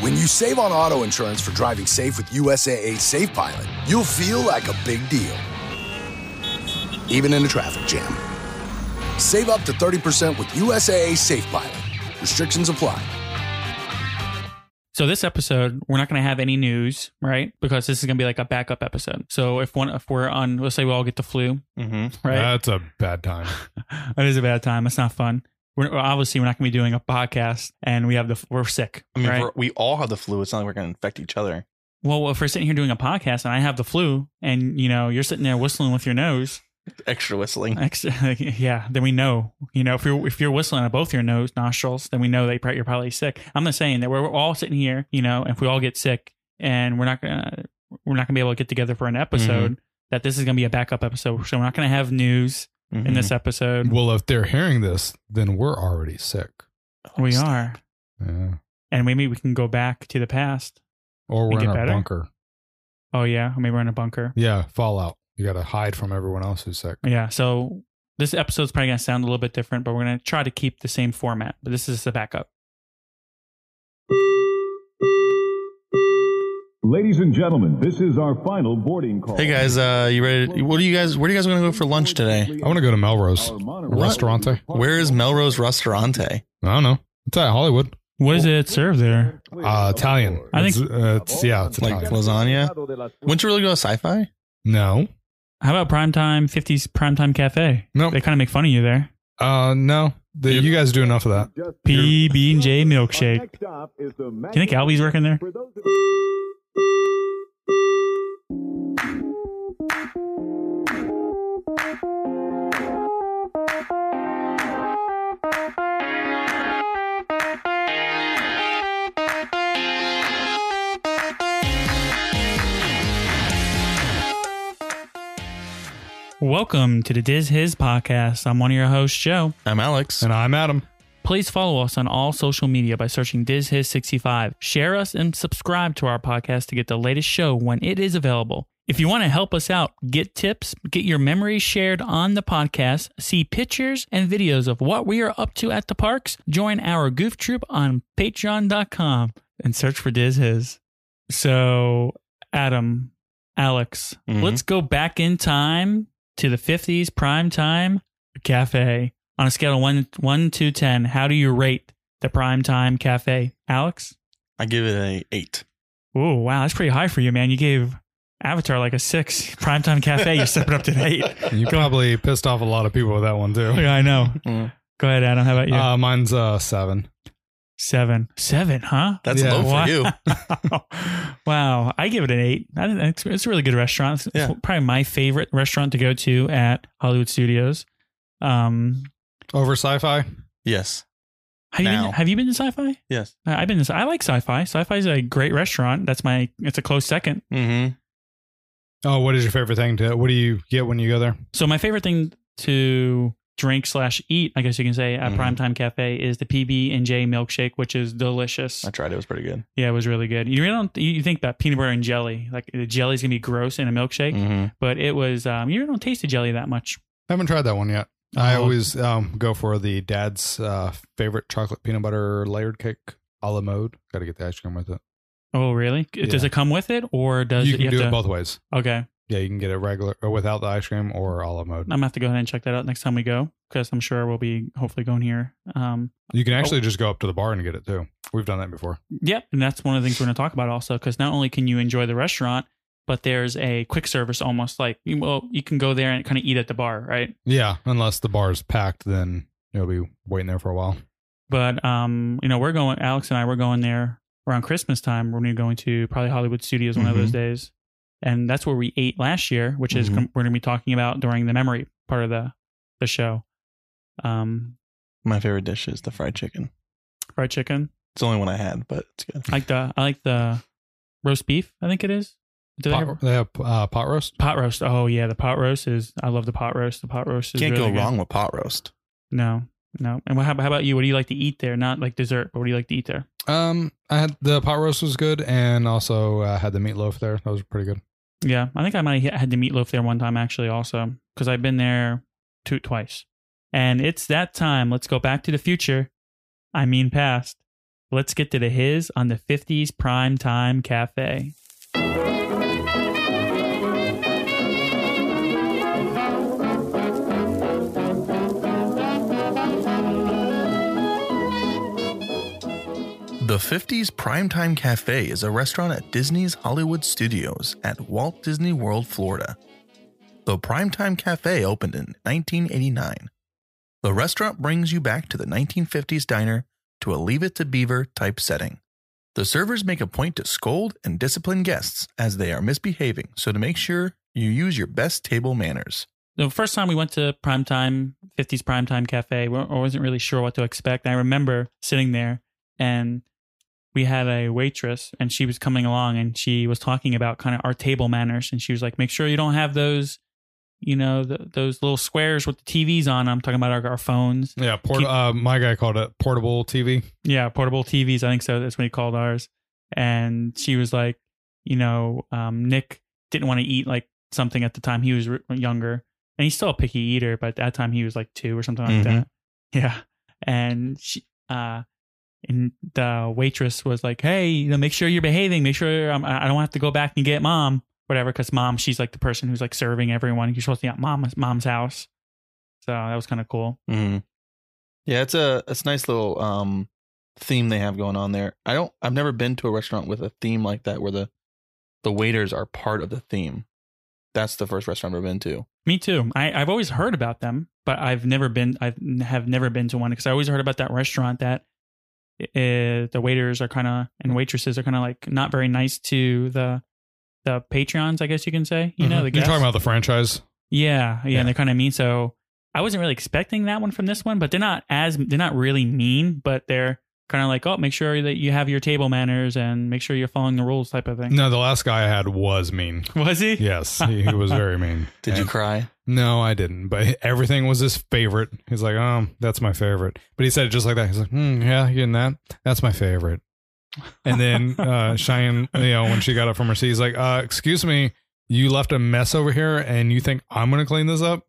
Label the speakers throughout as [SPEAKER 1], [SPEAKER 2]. [SPEAKER 1] When you save on auto insurance for driving safe with USAA Safe Pilot, you'll feel like a big deal, even in a traffic jam. Save up to 30% with USAA Safe Pilot. Restrictions apply.
[SPEAKER 2] So this episode, we're not going to have any news, right? Because this is going to be like a backup episode. So if one, if we're on, let's say we all get the flu,
[SPEAKER 3] Mm-hmm.
[SPEAKER 2] right?
[SPEAKER 4] That's a bad time.
[SPEAKER 2] that is a bad time. It's not fun. We're obviously we're not going to be doing a podcast, and we have the we're sick,
[SPEAKER 3] I mean,
[SPEAKER 2] right?
[SPEAKER 3] we're, we all have the flu. It's not like we're going to infect each other.
[SPEAKER 2] Well, if we're sitting here doing a podcast, and I have the flu, and you know you're sitting there whistling with your nose,
[SPEAKER 3] Extra whistling.
[SPEAKER 2] ex- yeah, then we know. You know, if you're if you're whistling at both your nose nostrils, then we know that you're prob- you're probably sick. I'm not saying that we're we're all sitting here. You know, if we all get sick, and we're not gonna we're not gonna be able to get together for an episode, that this is gonna be a backup episode. So we're not gonna have news in this episode.
[SPEAKER 4] well, if they're hearing this, then we're already sick.
[SPEAKER 3] Mhm.
[SPEAKER 2] We are,
[SPEAKER 4] Yeah.
[SPEAKER 2] and maybe we can go back to the past.
[SPEAKER 4] Or
[SPEAKER 2] We
[SPEAKER 4] we're in
[SPEAKER 2] get
[SPEAKER 4] our
[SPEAKER 2] better?
[SPEAKER 4] bunker.
[SPEAKER 2] Oh yeah, maybe we're in a bunker.
[SPEAKER 4] Yeah, fallout. You got to hide from everyone else who's sick.
[SPEAKER 2] Yeah. So this episode's probably going to sound a little bit different, but we're going to try to keep the same format. But this is the backup.
[SPEAKER 5] Ladies and gentlemen, this is our final boarding call.
[SPEAKER 3] Hey guys, uh, you ready? To, what do you guys? Where do you guys want to go for lunch today?
[SPEAKER 4] I want to go to Melrose. Restaurante.
[SPEAKER 3] Where is Melrose Restaurante?
[SPEAKER 4] I don't know. It's at Hollywood.
[SPEAKER 2] What is it served there?
[SPEAKER 4] Uh, Italian.
[SPEAKER 2] I think-
[SPEAKER 4] It's, uh, it's- yeah, it's
[SPEAKER 3] Like
[SPEAKER 4] Italian.
[SPEAKER 3] lasagna? Wouldn't you really go to sci-fi?
[SPEAKER 4] No.
[SPEAKER 2] How about Primetime 50s Primetime Cafe?
[SPEAKER 4] Nope.
[SPEAKER 2] They kind of make fun of you there.
[SPEAKER 4] Uh, no. The, you guys do enough of that.
[SPEAKER 2] PB and J milkshake. Do you think Albie's working there? Welcome to the Diz His podcast. I'm one of your hosts, Joe.
[SPEAKER 3] I'm Alex.
[SPEAKER 4] And I'm Adam.
[SPEAKER 2] Please follow us on all social media by searching DizHiz65. Share us and subscribe to our podcast to get the latest show when it is available. If you want to help us out, get tips, get your memories shared on the podcast, see pictures and videos of what we are up to at the parks, join our goof troop on patreon.com and search for Diz His. So, Adam, Alex,
[SPEAKER 3] Mhm.
[SPEAKER 2] let's go back in time to the 50s prime time cafe on a scale of one, 1 to 10. How do you rate the prime time cafe? Alex?
[SPEAKER 3] I give it a eight.
[SPEAKER 2] Oh, wow. That's pretty high for you, man. You gave Avatar like a six. Primetime cafe, you're stepping up to an eight.
[SPEAKER 4] You probably pissed off a lot of people with that one, too.
[SPEAKER 2] Yeah, I know.
[SPEAKER 3] Mm.
[SPEAKER 2] Go ahead, Adam. How about you?
[SPEAKER 4] Uh, mine's uh, seven.
[SPEAKER 2] seven. Seven, huh?
[SPEAKER 3] That's
[SPEAKER 4] Yeah.
[SPEAKER 3] low for
[SPEAKER 2] wow.
[SPEAKER 3] you.
[SPEAKER 2] wow. I give it an eight. I didn't- it's, it's a really good restaurant. It's, it's
[SPEAKER 3] Yeah.
[SPEAKER 2] probably my favorite restaurant to go to at Hollywood Studios. Um,
[SPEAKER 4] Over sci fi?
[SPEAKER 3] Yes.
[SPEAKER 2] have you
[SPEAKER 3] Now.
[SPEAKER 2] been, have you been to Sci-Fi?
[SPEAKER 3] Yes.
[SPEAKER 2] I- I've been. To, I like Sci-Fi. Sci-Fi is a great restaurant. That's my. It's a close second.
[SPEAKER 3] Mm-hmm.
[SPEAKER 4] Oh, what is your favorite thing to? What do you get when you go there?
[SPEAKER 2] So my favorite thing to drink slash eat, I guess you can say, at
[SPEAKER 3] Mhm.
[SPEAKER 2] Primetime Cafe is the PB and J milkshake, which is delicious.
[SPEAKER 3] I tried. It was pretty good.
[SPEAKER 2] Yeah, it was really good. You really don't. You think about peanut butter and jelly, like the jelly's gonna be gross in a milkshake,
[SPEAKER 3] Mm-hmm.
[SPEAKER 2] but it was. Um, you really don't taste the jelly that much.
[SPEAKER 4] haven't tried that one yet. I
[SPEAKER 2] Oh.
[SPEAKER 4] always um, go for the dad's uh, favorite chocolate peanut butter layered cake a la mode. Got to get the ice cream with it.
[SPEAKER 2] Oh, really? Does
[SPEAKER 4] Yeah.
[SPEAKER 2] it come with it, or does
[SPEAKER 4] you
[SPEAKER 2] it,
[SPEAKER 4] can do
[SPEAKER 2] have to-
[SPEAKER 4] it both ways.
[SPEAKER 2] Okay,
[SPEAKER 4] Yeah, you can get it regular or without the ice cream or a la mode.
[SPEAKER 2] I'm gonna have to go ahead and check that out next time we go because I'm sure we'll be hopefully going here. Um,
[SPEAKER 4] You can actually just go up to the bar and get it too. We've done that before.
[SPEAKER 2] Yep, and that's one of the things we're going to talk about also, because not only can you enjoy the restaurant, but there's a quick service almost like you- well, you can go there and kind of eat at the bar, right?
[SPEAKER 4] Yeah, unless the bar is packed, then you'll be waiting there for a while.
[SPEAKER 2] But um, you know, we're going. Alex and I we're going there around Christmas time. We're going to probably Hollywood Studios one of
[SPEAKER 4] Mm-hmm.
[SPEAKER 2] those days, and that's where we ate last year, which is
[SPEAKER 3] Mhm.
[SPEAKER 2] com- we're going to be talking about during the memory part of the the show. Um,
[SPEAKER 3] My favorite dish is the fried chicken.
[SPEAKER 2] fried chicken.
[SPEAKER 3] It's the only one I had, but it's good.
[SPEAKER 2] I like the I like the roast beef. I think it is. Do they have
[SPEAKER 4] Pot, they have uh, pot roast.
[SPEAKER 2] pot roast? Oh yeah, the pot roast is. I love the pot roast. The pot roast is
[SPEAKER 3] Can't
[SPEAKER 2] really
[SPEAKER 3] go
[SPEAKER 2] good.
[SPEAKER 3] wrong with pot roast.
[SPEAKER 2] No, no. And what, how, how about you? What do you like to eat there? Not like dessert, but what do you like to eat there?
[SPEAKER 4] Um, I had the pot roast was good, and also uh, had the meatloaf there. That was pretty good.
[SPEAKER 2] Yeah, I think I might have had the meatloaf there one time actually, also because I've been there two twice. And it's that time. Let's go back to the future. I mean, past. Let's get to the his on the 50s Prime Time Cafe.
[SPEAKER 3] The 50s Primetime Cafe is a restaurant at Disney's Hollywood Studios at Walt Disney World, Florida. The Primetime Cafe opened in 1989. The restaurant brings you back to the 1950s diner to a Leave It to Beaver type setting. The servers make a point to scold and discipline guests as they are misbehaving, so to make sure you use your best table manners.
[SPEAKER 2] the first time we went to primetime 50s primetime cafe we- i wasn't really sure what to expect i remember sitting there and we had a waitress and she was coming along and she was talking about kind of our table manners and she was like make sure you don't have those you know th those little squares with the tvs on i'm talking about our, our phones
[SPEAKER 4] Yeah, port-
[SPEAKER 2] Keep-
[SPEAKER 4] uh, my guy called it portable TV.
[SPEAKER 2] yeah, portable TVs. I think so. That's what he called ours. And she was like, you know, um, Nick didn't want to eat like something at the time he was r- younger, and he's still a picky eater, but at that time he was like two or something like
[SPEAKER 3] Mhm.
[SPEAKER 2] that. Yeah, and she, uh, and the waitress was like, hey, you know, make sure you're behaving. Make sure um, I I don't have to go back and get mom, whatever, because mom, she's like the person who's like serving everyone. You're supposed to be at mom's mom's house. So that was kind of cool.
[SPEAKER 3] Mm-hmm. Yeah, it's a it's a nice little um theme they have going on there. I don't I've never been to a restaurant with a theme like that where the the waiters are part of the theme. That's the first restaurant I've ever been to.
[SPEAKER 2] Me too. I, I've always heard about them, but I've never been. I have never been to one because I always heard about that restaurant that uh, the waiters are kind of and waitresses are kind of like not very nice to the the patrons. I guess you can say. You know,
[SPEAKER 4] Mhm.
[SPEAKER 2] the
[SPEAKER 4] you're
[SPEAKER 2] guests.
[SPEAKER 4] talking about the franchise.
[SPEAKER 2] Yeah, yeah,
[SPEAKER 4] Yeah.
[SPEAKER 2] and they're kind of mean. So I wasn't really expecting that one from this one, but they're not as they're not really mean, but they're kind of like, oh, make sure that you have your table manners and make sure you're following the rules type of thing.
[SPEAKER 4] No, the last guy I had was mean.
[SPEAKER 2] Was he?
[SPEAKER 4] Yes, he, he was very mean.
[SPEAKER 3] Did you
[SPEAKER 4] And-
[SPEAKER 3] cry?
[SPEAKER 4] No, I didn't. But everything was his favorite. He's like, um, that's my favorite. But he said it just like that. He's like, mm, yeah, you getting that? That's my favorite. And then uh, Cheyenne, you know, when she got up from her seat, he's like, uh, excuse me, you left a mess over here, and you think I'm gonna clean this up?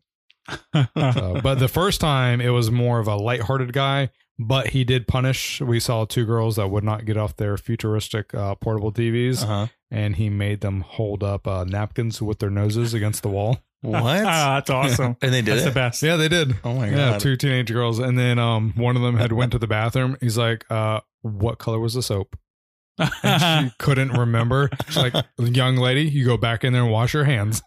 [SPEAKER 4] So, but the first time, it was more of a lighthearted guy. But he did punish. We saw two girls that would not get off their futuristic uh, portable TVs,
[SPEAKER 3] Uh-huh.
[SPEAKER 4] and he made them hold up uh, napkins with their noses against the wall.
[SPEAKER 3] What?
[SPEAKER 2] Ah, that's awesome.
[SPEAKER 3] and they did
[SPEAKER 2] that's the
[SPEAKER 3] it.
[SPEAKER 2] best.
[SPEAKER 4] Yeah, they did.
[SPEAKER 3] Oh my
[SPEAKER 4] Yeah,
[SPEAKER 3] god.
[SPEAKER 4] two teenage girls, and then um, one of them had went to the bathroom. He's like, uh, "What color was the soap?" And she couldn't remember. She's like, "Young lady, you go back in there and wash your hands."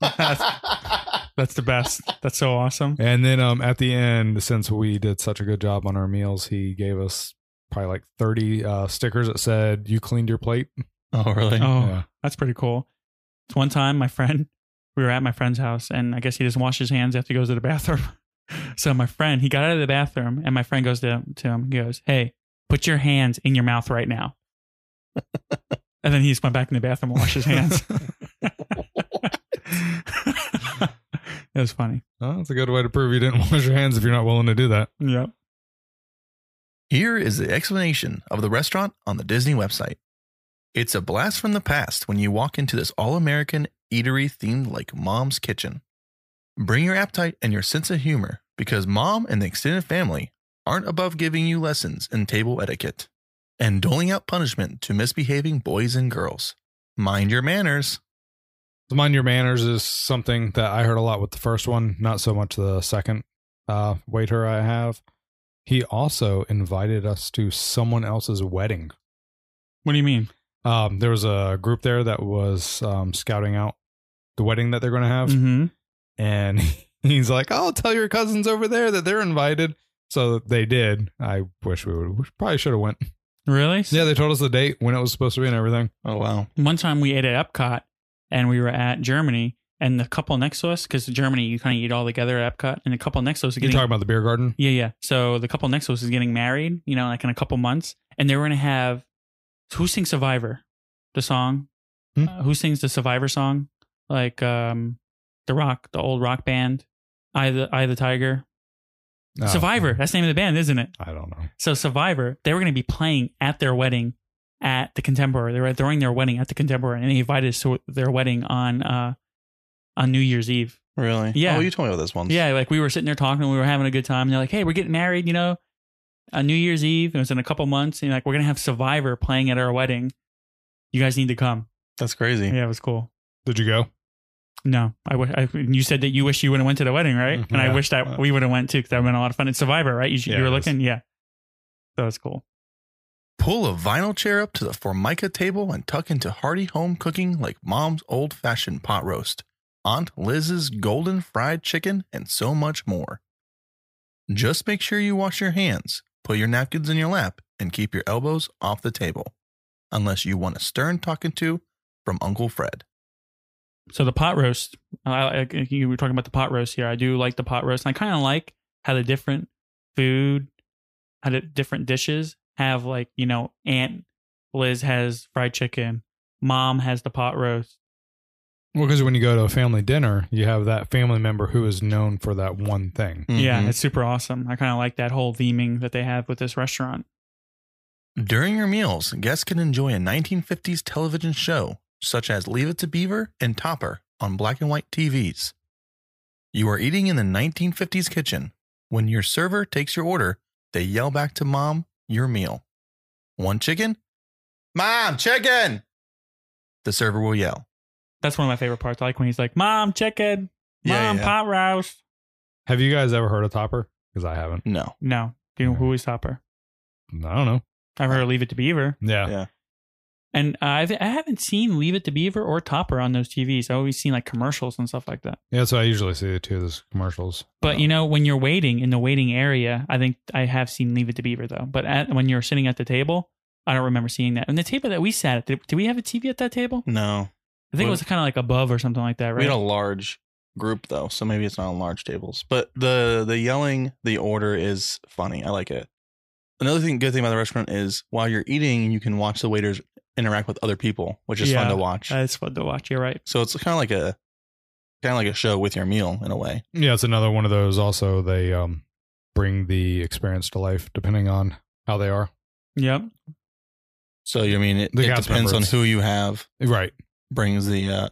[SPEAKER 2] That's the best. That's so awesome.
[SPEAKER 4] And then um, at the end, since we did such a good job on our meals, he gave us probably like thirty uh, stickers that said, "You cleaned your plate."
[SPEAKER 3] oh really?
[SPEAKER 2] Oh,
[SPEAKER 4] Yeah.
[SPEAKER 2] that's pretty cool. It's one time my friend, we were at my friend's house, and I guess he doesn't wash his hands after he goes to the bathroom. so my friend, he got out of the bathroom, and my friend goes to, to him, he goes, Hey, put your hands in your mouth right now. and then he just went back in the bathroom and washed his hands. it was funny.
[SPEAKER 4] Oh, that's a good way to prove you didn't wash your hands if you're not willing to do that.
[SPEAKER 2] Yep.
[SPEAKER 3] Here is the explanation of the restaurant on the Disney website. It's a blast from the past when you walk into this all American eatery themed like mom's kitchen. Bring your appetite and your sense of humor because mom and the extended family aren't above giving you lessons in table etiquette and doling out punishment to misbehaving boys and girls. Mind your manners.
[SPEAKER 4] So mind your manners is something that I heard a lot with the first one, not so much the second uh, waiter I have. He also invited us to someone else's wedding.
[SPEAKER 2] What do you mean?
[SPEAKER 4] Um, there was a group there that was um, scouting out the wedding that they're going to have,
[SPEAKER 2] Mm-hmm.
[SPEAKER 4] and he's like, "I'll tell your cousins over there that they're invited." So they did. I wish we would. We probably should have went.
[SPEAKER 2] Really?
[SPEAKER 4] Yeah, they told us the date when it was supposed to be and everything.
[SPEAKER 3] Oh, wow.
[SPEAKER 2] one time we ate at Epcot and we were at Germany and the couple next to us, because Germany you kind of eat all together at Epcot, and the couple next to us is
[SPEAKER 4] You
[SPEAKER 2] getting
[SPEAKER 4] talking about the beer garden?
[SPEAKER 2] yeah yeah. So the couple next to us is getting married, you know, like in a couple months, and they were gonna have who sings Survivor, the song,
[SPEAKER 4] Hmm?
[SPEAKER 2] Uh, who sings the Survivor song, like um, the rock, the old rock band, I the I the Tiger,
[SPEAKER 4] No.
[SPEAKER 2] Survivor. That's the name of the band, isn't it?
[SPEAKER 4] Uh, I don't know.
[SPEAKER 2] So Survivor, they were going to be playing at their wedding at the Contemporary. They were throwing their wedding at the Contemporary, and they invited us to their wedding on uh, on New Year's Eve.
[SPEAKER 3] Really?
[SPEAKER 2] Yeah.
[SPEAKER 3] Oh, you told me about this one.
[SPEAKER 2] Yeah, like we were sitting there talking, and we were having a good time. And they're like, "Hey, we're getting married, you know." on New Year's Eve. It was in a couple months, and like we're gonna have Survivor playing at our wedding. You guys need to come.
[SPEAKER 3] That's crazy.
[SPEAKER 2] Yeah, it was cool.
[SPEAKER 4] Did you go?
[SPEAKER 2] No, I, w- I you said that you wish you would have went to the wedding, right?
[SPEAKER 4] Mhm.
[SPEAKER 2] And I
[SPEAKER 4] Yeah.
[SPEAKER 2] wish that we would have went too, because that would been a lot of fun. It's Survivor, right? You,
[SPEAKER 4] Yeah,
[SPEAKER 2] you were
[SPEAKER 4] it was.
[SPEAKER 2] looking, yeah. That was cool.
[SPEAKER 3] Pull a vinyl chair up to the formica table and tuck into hearty home cooking like mom's old fashioned pot roast, Aunt Liz's golden fried chicken, and so much more. Just make sure you wash your hands, put your napkins in your lap, and keep your elbows off the table, unless you want a stern talking to from Uncle Fred.
[SPEAKER 2] So the pot roast, I, I, you were talking about the pot roast here. I do like the pot roast. And I kind of like how the different food, how the different dishes have like you know, Aunt Liz has fried chicken, Mom has the pot roast.
[SPEAKER 4] Well, because when you go to a family dinner, you have that family member who is known for that one thing.
[SPEAKER 3] Mm. Mm-hmm.
[SPEAKER 2] Yeah, it's super awesome. I kind of like that whole theming that they have with this restaurant.
[SPEAKER 3] During your meals, guests can enjoy a 1950s television show such as Leave It to Beaver and Topper on black and white TVs. You are eating in the 1950s kitchen. When your server takes your order, they yell back to mom your meal. One chicken? Mom, chicken! The server will yell.
[SPEAKER 2] That's one of my favorite parts. I like when he's like, "Mom, chicken,
[SPEAKER 3] Yeah,
[SPEAKER 2] Mom,
[SPEAKER 3] yeah.
[SPEAKER 2] pot roast."
[SPEAKER 4] Have you guys ever heard of Topper? Because I haven't.
[SPEAKER 3] No.
[SPEAKER 2] No, do you know
[SPEAKER 4] Yeah.
[SPEAKER 2] who is Topper?
[SPEAKER 4] I don't know.
[SPEAKER 2] I've heard of Leave It to Beaver.
[SPEAKER 4] Yeah.
[SPEAKER 3] Yeah.
[SPEAKER 2] And I've, I haven't seen Leave It to Beaver or Topper on those TVs. I've always seen like commercials and stuff like that.
[SPEAKER 4] Yeah, so I usually see the two of those commercials.
[SPEAKER 2] But you know, when you're waiting in the waiting area, I think I have seen Leave It to Beaver though. But at, when you're sitting at the table, I don't remember seeing that. And the table that we sat at, did, did we have a TV at that table?
[SPEAKER 3] No.
[SPEAKER 2] I think it
[SPEAKER 3] Well-
[SPEAKER 2] was kind of like above or something like that, right?
[SPEAKER 3] large group though, so maybe it's not on large tables. But the the yelling, the order is funny. I like it. Another thing, good thing about the restaurant is while you're eating, you can watch the waiters interact with other people, which is
[SPEAKER 2] Yeah.
[SPEAKER 3] fun to watch.
[SPEAKER 2] That's fun to watch. You're right.
[SPEAKER 3] so it's kind of like a kind of like a show with your meal in a way.
[SPEAKER 4] Yeah, it's another one of those. Also, they um, bring the experience to life depending on how they are.
[SPEAKER 2] Yep.
[SPEAKER 3] So you I mean it,
[SPEAKER 4] The
[SPEAKER 3] it
[SPEAKER 4] cast
[SPEAKER 3] depends on
[SPEAKER 4] members.
[SPEAKER 3] who you have
[SPEAKER 4] Right.
[SPEAKER 3] brings the uh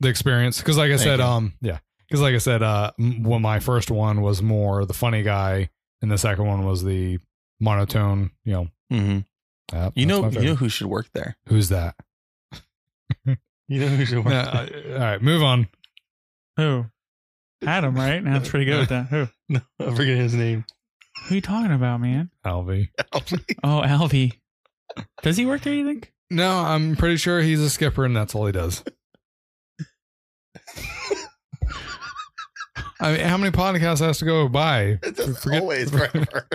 [SPEAKER 4] The experience, because like I
[SPEAKER 3] Thank
[SPEAKER 4] said,
[SPEAKER 3] you.
[SPEAKER 4] um, yeah, because like I said, uh, m- when my first one was more the funny guy, and the second one was the monotone. You know,
[SPEAKER 3] mhm.
[SPEAKER 4] uh,
[SPEAKER 3] you
[SPEAKER 4] that's
[SPEAKER 3] know
[SPEAKER 4] my
[SPEAKER 3] you
[SPEAKER 4] favorite.
[SPEAKER 3] know who should work there.
[SPEAKER 4] who's that?
[SPEAKER 3] You know who should
[SPEAKER 4] Uh, uh, all right, move on.
[SPEAKER 2] Who? Adam, right? Now it's pretty good with that. Who?
[SPEAKER 3] no, I forget his name.
[SPEAKER 2] Who you talking about, man?
[SPEAKER 4] Alvy.
[SPEAKER 2] Oh, Alvy. Does he work there, you think?
[SPEAKER 4] No, I'm pretty sure he's a skipper, and that's all he does. I mean, how many podcasts has to go by? Forget-
[SPEAKER 3] forever.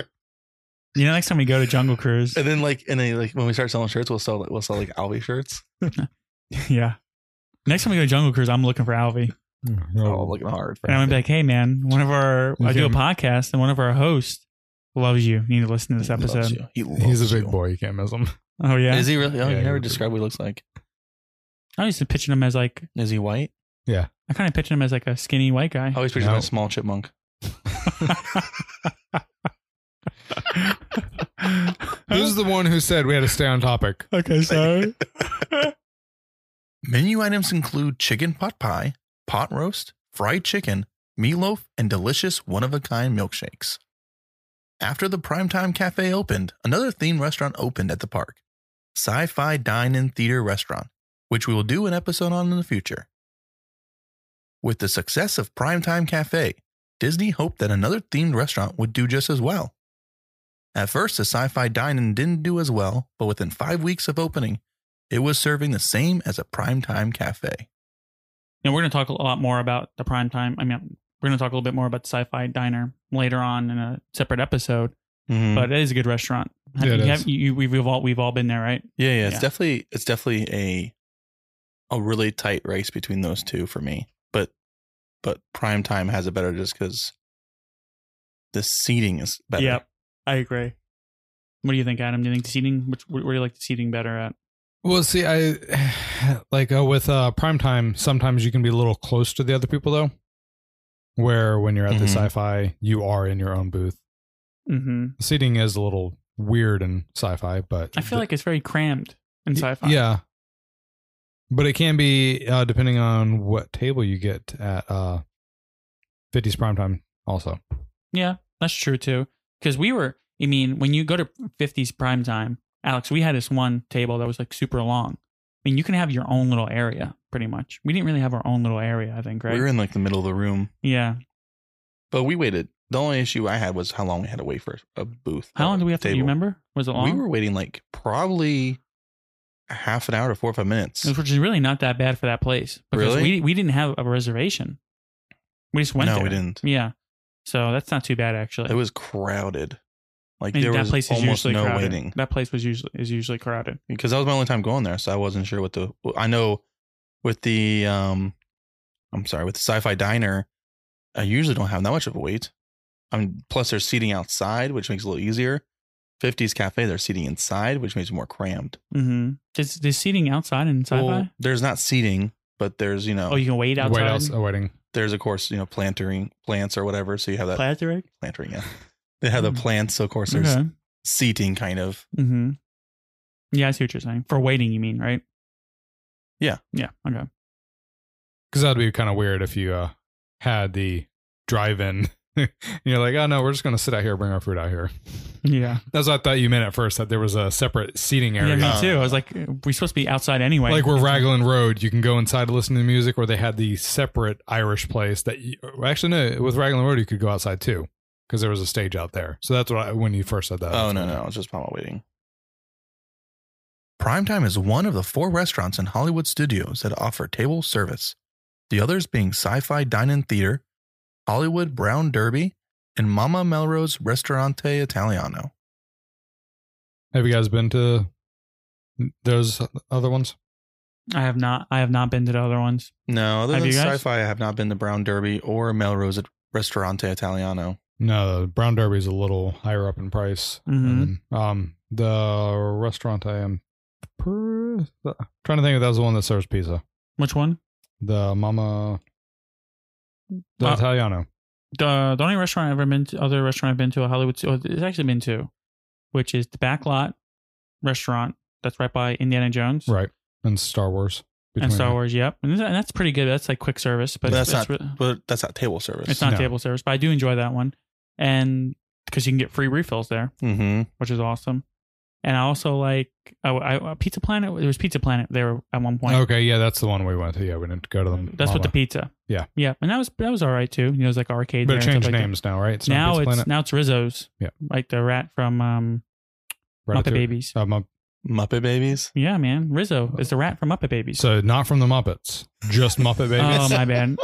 [SPEAKER 2] You know, next time we go to Jungle Cruise.
[SPEAKER 3] And then like and then like when we start selling shirts, we'll sell like we'll sell like Alvy shirts.
[SPEAKER 2] yeah. Next time we go to Jungle Cruise, I'm looking for Alvy.
[SPEAKER 3] Oh, looking hard.
[SPEAKER 2] And I'm gonna be like, hey man, one of our I do a
[SPEAKER 4] Okay.
[SPEAKER 2] podcast and one of our hosts loves you. You need to listen to this
[SPEAKER 3] He loves
[SPEAKER 2] episode.
[SPEAKER 3] you. He
[SPEAKER 4] He's
[SPEAKER 3] loves
[SPEAKER 4] a big
[SPEAKER 3] you.
[SPEAKER 4] boy. You can't miss him.
[SPEAKER 2] Oh yeah.
[SPEAKER 3] Is he really? Oh,
[SPEAKER 4] Yeah,
[SPEAKER 3] you
[SPEAKER 4] he
[SPEAKER 3] never
[SPEAKER 4] looks big.
[SPEAKER 3] described what he looks like.
[SPEAKER 2] I used to picture him as like
[SPEAKER 3] Is he white?
[SPEAKER 2] I kind of pictured him as like a skinny white guy.
[SPEAKER 3] I always picture him
[SPEAKER 4] No.
[SPEAKER 3] as a small chipmunk.
[SPEAKER 4] Who's the one who said we had to stay on topic?
[SPEAKER 2] okay, sorry.
[SPEAKER 3] Menu items include chicken pot pie, pot roast, fried chicken, meatloaf, and delicious one of a kind milkshakes. After the Primetime Cafe opened, another themed restaurant opened at the park Sci Fi Dine In Theater Restaurant, which we will do an episode on in the future. With the success of Primetime Cafe, Disney hoped that another themed restaurant would do just as well. At first, the Sci Fi Dine In didn't do as well, but within five weeks of opening, it was serving the same as a primetime cafe.
[SPEAKER 2] Now we're gonna talk a lot more about the prime time. I mean we're gonna talk a little bit more about the sci-fi diner later on in a separate episode.
[SPEAKER 3] Mm-hmm.
[SPEAKER 2] But it is a good restaurant. Have
[SPEAKER 4] Mm. Yeah, it
[SPEAKER 2] you,
[SPEAKER 4] is.
[SPEAKER 2] have- you- you- we've all we've all been there, right?
[SPEAKER 3] yeah, yeah, it's
[SPEAKER 2] Yeah.
[SPEAKER 3] definitely it's definitely a a really tight race between those two for me. But but primetime has it better just because the seating is better.
[SPEAKER 2] I agree. What do you think, Adam? Do you think the seating? Which where do you like the seating better at?
[SPEAKER 4] Well, see, I like uh, with uh, prime time. Sometimes you can be a little close to the other people, though. Where when you're at the
[SPEAKER 3] Mhm.
[SPEAKER 4] sci-fi, you are in your own booth.
[SPEAKER 2] Mm-hmm.
[SPEAKER 4] Seating is a little weird in sci-fi, but
[SPEAKER 2] I feel like it's very cramped in
[SPEAKER 4] Y-
[SPEAKER 2] sci-fi.
[SPEAKER 4] Yeah. But it can be uh, depending on what table you get at uh, 50s primetime also.
[SPEAKER 2] yeah, that's true too. Because we were I mean, when you go to 50s prime time, Alex, we had this one table that was like super long. I mean, you can have your own little area pretty much. We didn't really have our own little area, I think, right?
[SPEAKER 3] We were in like the middle of the room,
[SPEAKER 2] yeah.
[SPEAKER 3] but we waited. The only issue I had was how long we had to wait for a booth.
[SPEAKER 2] How long do we have to? You
[SPEAKER 3] Oh, table.
[SPEAKER 2] remember? Was it long?
[SPEAKER 3] We were waiting like probably a half an hour to four or five minutes.
[SPEAKER 2] which is really not that bad for that place because
[SPEAKER 3] Really?
[SPEAKER 2] we we didn't have a reservation. We just went
[SPEAKER 3] no,
[SPEAKER 2] there.
[SPEAKER 3] we didn't.
[SPEAKER 2] Yeah, so that's not too bad actually.
[SPEAKER 3] It was crowded. Like
[SPEAKER 2] And
[SPEAKER 3] there
[SPEAKER 2] that
[SPEAKER 3] was
[SPEAKER 2] place is
[SPEAKER 3] almost
[SPEAKER 2] usually
[SPEAKER 3] no
[SPEAKER 2] crowded.
[SPEAKER 3] waiting
[SPEAKER 2] That place was usually is usually crowded.
[SPEAKER 3] because that was my only time going there, so I wasn't sure what the. I know with the um, I'm sorry, with the sci-fi diner, I usually don't have that much of a wait. I mean, plus there's seating outside, which makes it a little easier. 50s cafe, they're seating inside, which makes it more crammed.
[SPEAKER 2] Mm-hmm. Does the seating outside and sci-fi?
[SPEAKER 3] Well, there's not seating, but there's you know,
[SPEAKER 2] oh, you can wait outside.
[SPEAKER 4] Wait, else, a uh, wedding.
[SPEAKER 3] there's of course you know plantering plants or whatever, so you have that
[SPEAKER 2] Plethoric?
[SPEAKER 3] plantering. Yeah, they have the
[SPEAKER 2] Mm.
[SPEAKER 3] plants, so of course there's
[SPEAKER 2] Okay.
[SPEAKER 3] seating kind of.
[SPEAKER 2] Mm-hmm. Yeah, I see what you're saying. For waiting, you mean, right?
[SPEAKER 3] Yeah.
[SPEAKER 2] Yeah. Okay.
[SPEAKER 4] Because that'd be kind of weird if you uh, had the drive-in. and you're like, oh no, we're just gonna sit out here, bring our food out here.
[SPEAKER 2] Yeah.
[SPEAKER 4] That's what I thought you meant at first. That there was a separate seating
[SPEAKER 2] Yeah,
[SPEAKER 4] area.
[SPEAKER 2] me too. I was like, we're supposed to be outside anyway.
[SPEAKER 4] Like where Raglan Road, you can go inside to listen to music, or they had the separate Irish place that you, or actually no, with Raglan Road you could go outside too because there was a stage out there. So that's what I, when you first said that.
[SPEAKER 3] Oh no, no, it's just Palma waiting. Primetime is one of the four restaurants in Hollywood studios that offer table service. The others being Sci-Fi Dine-In Theater, Hollywood Brown Derby, and Mama Melrose Ristorante Italiano.
[SPEAKER 4] Have you guys been to those other ones?
[SPEAKER 2] I have not. I have not been to the other ones.
[SPEAKER 3] No, other
[SPEAKER 2] Have
[SPEAKER 3] than
[SPEAKER 2] you guys?
[SPEAKER 3] Sci-Fi, I have not been to Brown Derby or Melrose Ristorante Italiano.
[SPEAKER 4] No, the Brown Derby's a little higher up in price.
[SPEAKER 2] Mhm.
[SPEAKER 4] And, um, the restaurant I am per, trying to think if that was the one that serves pizza.
[SPEAKER 2] Which one?
[SPEAKER 4] The Mama, the
[SPEAKER 2] Uh,
[SPEAKER 4] Italiano.
[SPEAKER 2] The, the only restaurant I've ever been to, other restaurant I've been to, a Hollywood, oh, it's actually been to, which is the Backlot restaurant that's right by Indiana Jones
[SPEAKER 4] Right. And Star Wars.
[SPEAKER 2] and Star Wars. Yep, and, that- and that's pretty good. That's like quick service, but
[SPEAKER 3] But that's
[SPEAKER 2] it's,
[SPEAKER 3] not,
[SPEAKER 2] it's, re-
[SPEAKER 3] but that's not table service.
[SPEAKER 2] it's not
[SPEAKER 4] No.
[SPEAKER 2] table service. But I do enjoy that one, and because you can get free refills there,
[SPEAKER 3] Mm-hmm.
[SPEAKER 2] which is awesome. And I also like I, I, Pizza Planet. There was Pizza Planet there at one point.
[SPEAKER 4] Okay, yeah, that's the one we went to. Yeah, we didn't go to them.
[SPEAKER 2] That's what the pizza.
[SPEAKER 4] Yeah.
[SPEAKER 2] yeah, and that was that was all right too. You know, it was like arcade.
[SPEAKER 4] But
[SPEAKER 2] there and stuff
[SPEAKER 4] it changed
[SPEAKER 2] like that.
[SPEAKER 4] names now, right? It's not
[SPEAKER 2] now
[SPEAKER 4] Pizza
[SPEAKER 2] it's
[SPEAKER 4] Planet,
[SPEAKER 2] now it's Rizzo's.
[SPEAKER 4] Yeah.
[SPEAKER 2] like the rat from um, Muppet
[SPEAKER 4] Ratatouille.
[SPEAKER 2] Babies.
[SPEAKER 4] Uh, Mupp-
[SPEAKER 3] Muppet Babies.
[SPEAKER 2] Yeah, man, Rizzo is the rat from Muppet Babies.
[SPEAKER 4] so not from the Muppets, just Muppet Babies.
[SPEAKER 2] Oh my bad.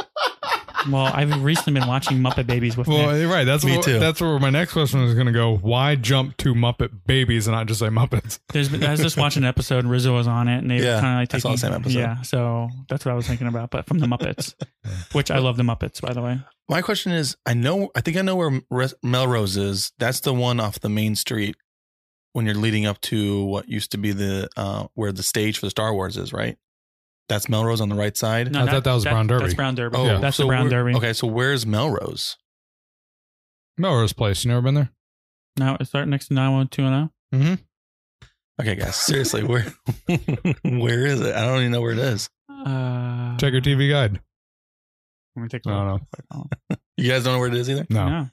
[SPEAKER 2] Well, I've recently been watching Muppet Babies with
[SPEAKER 4] well,
[SPEAKER 2] Nick.
[SPEAKER 4] you're right. That's
[SPEAKER 3] Me
[SPEAKER 4] what,
[SPEAKER 3] too.
[SPEAKER 4] That's where my next question is going to go. Why jump to Muppet Babies and not just say Muppets?
[SPEAKER 2] There's been, I was just watching an episode. and Rizzo was on it, and they
[SPEAKER 3] Yeah,
[SPEAKER 2] kind of like
[SPEAKER 3] I saw
[SPEAKER 2] taking,
[SPEAKER 3] the same episode.
[SPEAKER 2] Yeah, so that's what I was thinking about. But from the Muppets, which I love the Muppets, by the way.
[SPEAKER 3] My question is, I know, I think I know where Res- Melrose is. That's the one off the main street when you're leading up to what used to be the uh, where the stage for the Star Wars is, right? That's Melrose on the right side. Oh,
[SPEAKER 4] I thought that was Brown Derby. Oh.
[SPEAKER 2] That's Brown Derby.
[SPEAKER 4] Yeah.
[SPEAKER 2] that's
[SPEAKER 3] so
[SPEAKER 2] the Brown
[SPEAKER 3] where-
[SPEAKER 2] Derby.
[SPEAKER 3] Okay, so where's Melrose?
[SPEAKER 4] Melrose Place. You never been there?
[SPEAKER 2] Now it's right next to 90210.
[SPEAKER 3] Okay, guys, seriously, where where is it? I don't even know where it is.
[SPEAKER 2] Uh,
[SPEAKER 4] Check your TV guide.
[SPEAKER 2] Let me take a
[SPEAKER 4] I don't
[SPEAKER 2] look.
[SPEAKER 4] know.
[SPEAKER 3] You guys don't know where it is either.
[SPEAKER 4] No.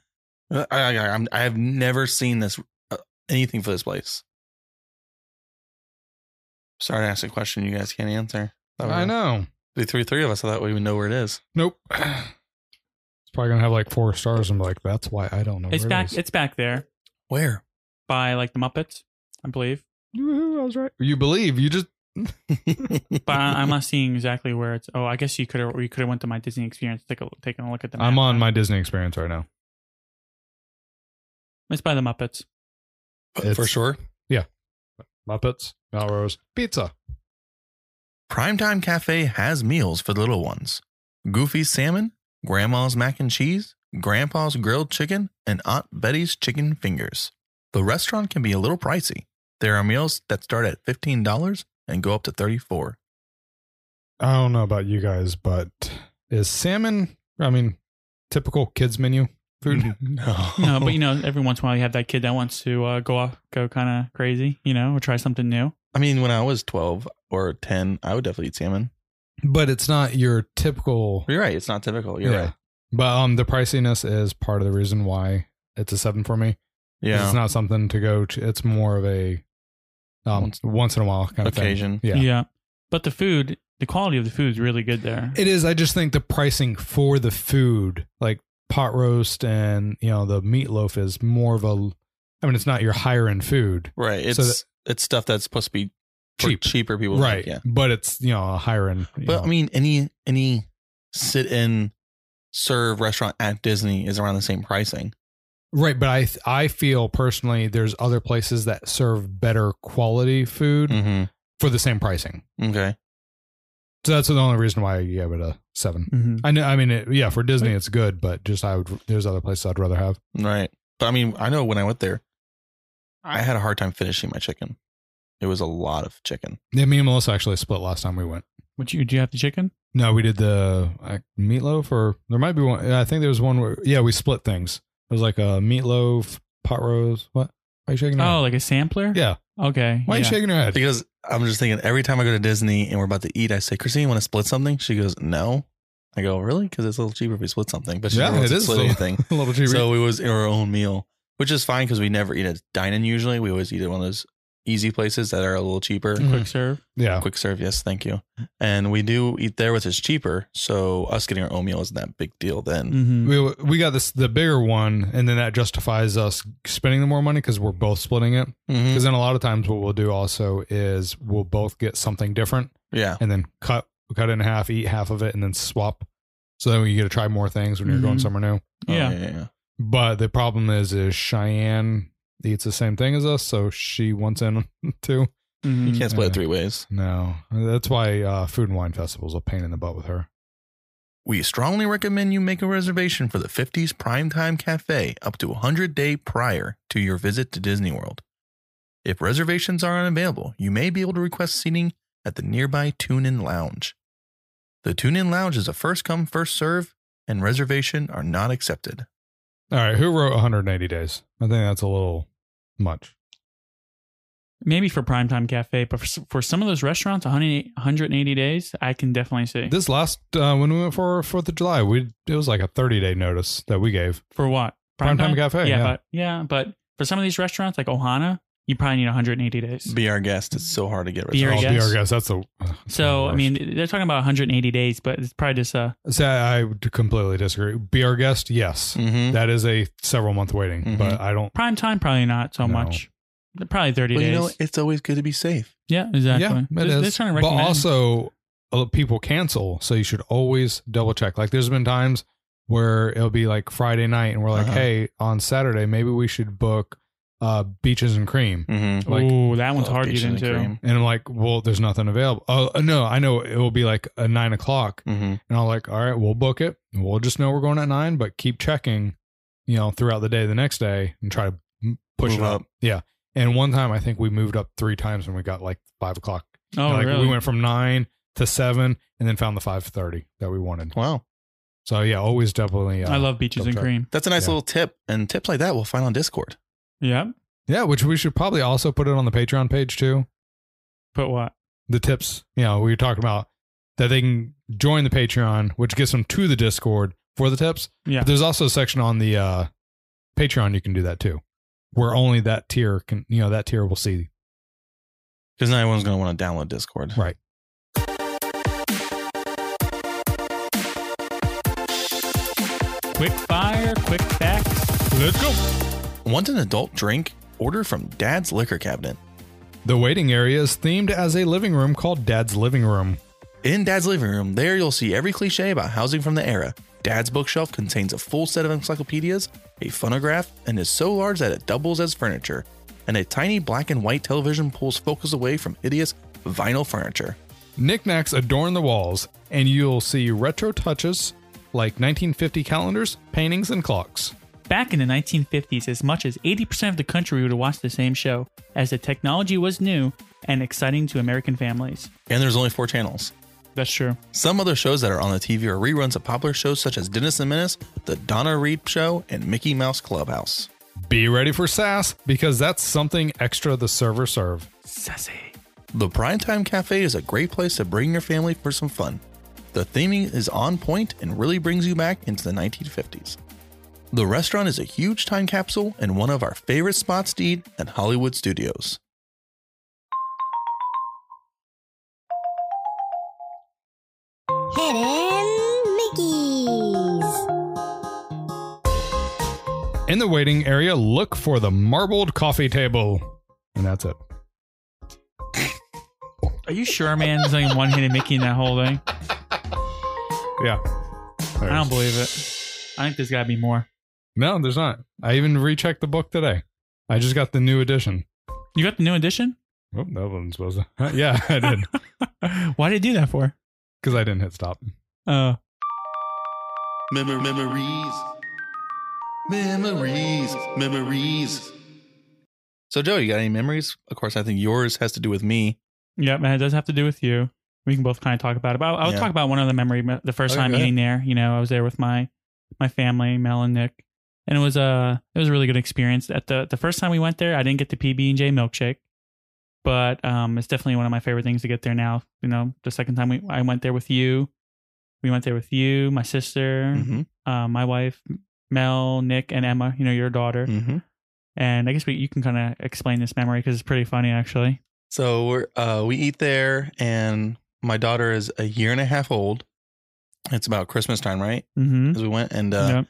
[SPEAKER 2] No.
[SPEAKER 3] I I, I, I'm, I have never seen this uh, anything for this place. Sorry to ask a question you guys can't answer. That
[SPEAKER 4] I
[SPEAKER 3] was-
[SPEAKER 4] know.
[SPEAKER 3] The three three of us, I thought we would know where it is.
[SPEAKER 4] Nope. It's probably gonna have like four stars and be like, that's why I don't know.
[SPEAKER 2] It's
[SPEAKER 4] where
[SPEAKER 2] back.
[SPEAKER 4] It is.
[SPEAKER 2] It's back there
[SPEAKER 3] Where?
[SPEAKER 2] by like the Muppets, I believe.
[SPEAKER 4] Woohoo, I was right. You believe? You just
[SPEAKER 2] But I, I'm not seeing exactly where it's. Oh, I guess you could have. You could have went to my Disney experience. Take a taking a look at the.
[SPEAKER 4] I'm
[SPEAKER 2] map.
[SPEAKER 4] on my Disney experience right now.
[SPEAKER 2] It's by the Muppets.
[SPEAKER 3] For
[SPEAKER 4] It's-
[SPEAKER 3] sure.
[SPEAKER 4] Muppets, Melrose, pizza.
[SPEAKER 3] Primetime Cafe has meals for the little ones Goofy's salmon, Grandma's mac and cheese, Grandpa's grilled chicken, and Aunt Betty's chicken fingers. The restaurant can be a little pricey. There are meals that start at $15 and go up to 34
[SPEAKER 4] I don't know about you guys, but is salmon? I mean, typical kids menu food.
[SPEAKER 3] No.
[SPEAKER 2] No, but you know, every once in a while you have that kid that wants to uh, go off, go kind of crazy, you know, or try something new.
[SPEAKER 3] I mean, when I was 12 or 10, I would definitely eat salmon.
[SPEAKER 4] but it's not your typical.
[SPEAKER 3] You're right. It's not typical. You're
[SPEAKER 4] Yeah.
[SPEAKER 3] right.
[SPEAKER 4] But um, the priciness is part of the reason why it's a seven for me. Yeah.
[SPEAKER 3] Yeah.
[SPEAKER 4] It's not something to go to. It's more of a um,
[SPEAKER 3] Once-
[SPEAKER 4] once, in a while kind of thing.
[SPEAKER 3] Occasion.
[SPEAKER 4] Yeah.
[SPEAKER 2] But the food, the quality of the food is really good there.
[SPEAKER 4] It is. I just think the pricing for the food, like pot roast and, you know, the meatloaf is more of a, I mean, it's not your higher end food.
[SPEAKER 3] right. It's
[SPEAKER 4] So
[SPEAKER 3] it's stuff that's supposed to be for
[SPEAKER 4] Cheap.
[SPEAKER 3] cheaper people. to
[SPEAKER 4] Right.
[SPEAKER 3] Think, yeah.
[SPEAKER 4] But it's, you know, a higher end. you
[SPEAKER 3] But
[SPEAKER 4] know.
[SPEAKER 3] I mean, any any sit in serve restaurant at Disney is around the same pricing.
[SPEAKER 4] Right, but I I feel personally there's other places that serve better quality food
[SPEAKER 3] Mm-hmm.
[SPEAKER 4] for the same pricing.
[SPEAKER 3] Okay.
[SPEAKER 4] So that's the only reason why I gave it a seven.
[SPEAKER 2] Mm-hmm.
[SPEAKER 4] I know. I mean, it, yeah, for Disney it's good, but just I would there's other places I'd rather have.
[SPEAKER 3] Right. But I mean, I know when I went there, I had a hard time finishing my chicken. It was a lot of chicken.
[SPEAKER 4] Yeah, me and Melissa actually split last time we went.
[SPEAKER 2] Would you do you have the chicken?
[SPEAKER 4] No, we did the uh, meatloaf, or there might be one. I think there was one where yeah we split things. It was like a meatloaf pot roast. What? Why are you shaking? Your
[SPEAKER 2] Oh,
[SPEAKER 4] head?
[SPEAKER 2] like a sampler?
[SPEAKER 4] yeah.
[SPEAKER 2] Okay.
[SPEAKER 4] Why are you
[SPEAKER 2] yeah.
[SPEAKER 4] shaking your head?
[SPEAKER 3] Because I'm just thinking every time I go to Disney and we're about to eat, I say, Christine, want to split something? She goes, no. I go, really? Because it's a little cheaper if we split something. But she
[SPEAKER 4] Yeah,
[SPEAKER 3] never wants
[SPEAKER 4] it
[SPEAKER 3] to
[SPEAKER 4] is
[SPEAKER 3] split
[SPEAKER 4] a little-
[SPEAKER 3] anything.
[SPEAKER 4] a little cheaper.
[SPEAKER 3] So it was our own meal, which is fine because we never eat at dining usually. We always eat at one of those easy places that are a little cheaper.
[SPEAKER 4] Mhm.
[SPEAKER 2] Quick serve.
[SPEAKER 4] yeah,
[SPEAKER 3] Quick serve, yes, thank you. And we do eat there, which is cheaper. So us getting our own meal isn't that big deal then.
[SPEAKER 2] Mm-hmm.
[SPEAKER 4] we we got this the bigger one, and then that justifies us spending the more money because we're both splitting it.
[SPEAKER 3] Mhm.
[SPEAKER 4] Because then a lot of times what we'll do also is we'll both get something different
[SPEAKER 3] Yeah.
[SPEAKER 4] and then cut cut it in half, eat half of it, and then swap. So then you get to try more things when you're going
[SPEAKER 2] Mhm.
[SPEAKER 4] somewhere new.
[SPEAKER 3] Oh,
[SPEAKER 2] Yeah.
[SPEAKER 3] yeah. yeah.
[SPEAKER 4] But the problem is, is Cheyenne eats the same thing as us, so she wants in too.
[SPEAKER 3] You
[SPEAKER 2] Mhm.
[SPEAKER 3] can't split it
[SPEAKER 4] Yeah.
[SPEAKER 3] three ways.
[SPEAKER 4] No, that's why uh, food and wine festivals a pain in the butt with her.
[SPEAKER 3] We strongly recommend you make a reservation for the 50s Primetime Cafe up to 100 day prior to your visit to Disney World. If reservations are unavailable, you may be able to request seating at the nearby Tune In Lounge. The Tune In Lounge is a first come, first serve, and reservation are not accepted.
[SPEAKER 4] All right, who wrote 180 days? I think that's a little much.
[SPEAKER 2] Maybe for primetime cafe, but for, s- for some of those restaurants, 180 180 days, I can definitely see.
[SPEAKER 4] This last uh, when we went for Fourth of July, we it was like a 30 day notice that we gave.
[SPEAKER 2] for what?
[SPEAKER 4] Primetime cafe,
[SPEAKER 2] Yeah,
[SPEAKER 4] yeah.
[SPEAKER 2] But, yeah, but for some of these restaurants like Ohana, you probably need 180 days.
[SPEAKER 3] Be our guest. It's so hard to get
[SPEAKER 2] Be our
[SPEAKER 4] I'll
[SPEAKER 3] reservations.
[SPEAKER 4] be
[SPEAKER 2] guest.
[SPEAKER 4] our guest. Oh, That's the
[SPEAKER 2] so, I mean, they're talking about 180 days, but it's probably just a.
[SPEAKER 4] See, I I would completely disagree. Be our guest, yes.
[SPEAKER 3] Mhm.
[SPEAKER 4] That is a several month waiting,
[SPEAKER 3] Mhm.
[SPEAKER 4] but I don't.
[SPEAKER 2] Prime time, probably not so
[SPEAKER 4] No.
[SPEAKER 2] much. Probably 30
[SPEAKER 3] Well,
[SPEAKER 2] days.
[SPEAKER 3] you know, it's always good to be safe.
[SPEAKER 2] yeah, exactly.
[SPEAKER 4] Yeah, it
[SPEAKER 2] They're-
[SPEAKER 4] is.
[SPEAKER 2] they're trying to
[SPEAKER 4] but
[SPEAKER 2] recommend-
[SPEAKER 4] also, uh, people cancel, so you should always double check. Like, there's been times where it'll be like Friday night, and we're like,
[SPEAKER 3] Uh-huh.
[SPEAKER 4] hey, on Saturday, maybe we should book uh, beaches and cream.
[SPEAKER 3] Mm-hmm.
[SPEAKER 4] like-
[SPEAKER 2] Ooh, that one's hard to get into.
[SPEAKER 4] And I'm like, well, there's nothing available. Oh, no, I know it will be like a nine o'clock.
[SPEAKER 3] Mm-hmm.
[SPEAKER 4] And I'm like, all right, we'll book it. We'll just know we're going at nine, but keep checking, you know, throughout the day the next day and try to m- push
[SPEAKER 3] Move
[SPEAKER 4] it up.
[SPEAKER 3] up.
[SPEAKER 4] Yeah. And one time I think we moved up three times when we got like five o'clock.
[SPEAKER 2] Oh,
[SPEAKER 4] like
[SPEAKER 2] really?
[SPEAKER 4] we went from nine to seven and then found the five thirty that we wanted.
[SPEAKER 3] Wow.
[SPEAKER 4] So yeah, always definitely. Uh,
[SPEAKER 2] I love beaches
[SPEAKER 4] double
[SPEAKER 2] and
[SPEAKER 4] check.
[SPEAKER 2] cream.
[SPEAKER 3] That's a nice
[SPEAKER 4] Yeah.
[SPEAKER 3] little tip. And tips like that we'll find on Discord.
[SPEAKER 2] Yeah.
[SPEAKER 4] Yeah, which we should probably also put it on the Patreon page too.
[SPEAKER 2] But what?
[SPEAKER 4] The tips, you know, we were talking about that they can join the Patreon, which gets them to the Discord for the tips.
[SPEAKER 2] Yeah.
[SPEAKER 4] But there's also a section on the uh, Patreon you can do that too, where only that tier can, you know, that tier will see.
[SPEAKER 3] Because not everyone's going to want to download Discord.
[SPEAKER 4] Right.
[SPEAKER 2] Quick fire, quick facts.
[SPEAKER 4] Let's go.
[SPEAKER 3] Want an adult drink? Order from Dad's Liquor Cabinet.
[SPEAKER 4] The waiting area is themed as a living room called Dad's Living Room.
[SPEAKER 3] In Dad's living room, there you'll see every cliche about housing from the era. Dad's bookshelf contains a full set of encyclopedias, a phonograph, and is so large that it doubles as furniture. And a tiny black and white television pulls focus away from hideous vinyl furniture.
[SPEAKER 4] Knickknacks adorn the walls, and you'll see retro touches like 1950 calendars, paintings, and clocks.
[SPEAKER 2] Back in the 1950s, as much as 80% of the country would watch the same show, as the technology was new and exciting to American families.
[SPEAKER 3] And there's only four channels.
[SPEAKER 2] That's true.
[SPEAKER 3] Some other shows that are on the TV are reruns of popular shows such as Dennis the Menace, The Donna Reed Show, and Mickey Mouse Clubhouse.
[SPEAKER 4] Be ready for sass, because that's something extra the server serve.
[SPEAKER 2] Sassy.
[SPEAKER 3] The Primetime Cafe is a great place to bring your family for some fun. The theming is on point and really brings you back into the 1950s. The restaurant is a huge time capsule and one of our favorite spots to eat at Hollywood Studios.
[SPEAKER 6] Hidden Mickeys.
[SPEAKER 4] In the waiting area, look for the marbled coffee table. And that's it.
[SPEAKER 2] Are you sure, man? There's only one hidden Mickey in that whole thing.
[SPEAKER 4] Yeah.
[SPEAKER 2] I don't believe it. I think there's got to be more.
[SPEAKER 4] No, there's not. I even rechecked the book today. I just got the new edition.
[SPEAKER 2] You got the new edition?
[SPEAKER 4] Oh, that wasn't supposed to. yeah, I did.
[SPEAKER 2] Why did you do that for?
[SPEAKER 4] Because I didn't hit stop.
[SPEAKER 2] Uh,
[SPEAKER 3] Memor- memories. Memories. Memories. So, Joe, you got any memories? Of course, I think yours has to do with me.
[SPEAKER 2] yep, and it does have to do with you. We can both kind of talk about it. But I, I would
[SPEAKER 3] Yeah.
[SPEAKER 2] talk about one other memory. The first
[SPEAKER 3] Okay,
[SPEAKER 2] time
[SPEAKER 3] go ahead.
[SPEAKER 2] eating there, you know, I was there with my my family, Mel and Nick, and it was a it was a really good experience. At the the first time we went there, I didn't get the PB and J milkshake, but um, it's definitely one of my favorite things to get there now. You know, the second time we I went there with you, we went there with you, my sister,
[SPEAKER 3] Mm-hmm.
[SPEAKER 2] uh, my wife, Mel, Nick, and Emma. You know, your daughter.
[SPEAKER 3] Mm-hmm.
[SPEAKER 2] And I guess we, you can kind of explain this memory because it's pretty funny, actually.
[SPEAKER 3] So we're uh, we eat there, and my daughter is a year and a half old. It's about Christmas time, right?
[SPEAKER 2] Mm-hmm.
[SPEAKER 3] As we went, and uh,
[SPEAKER 2] Yep.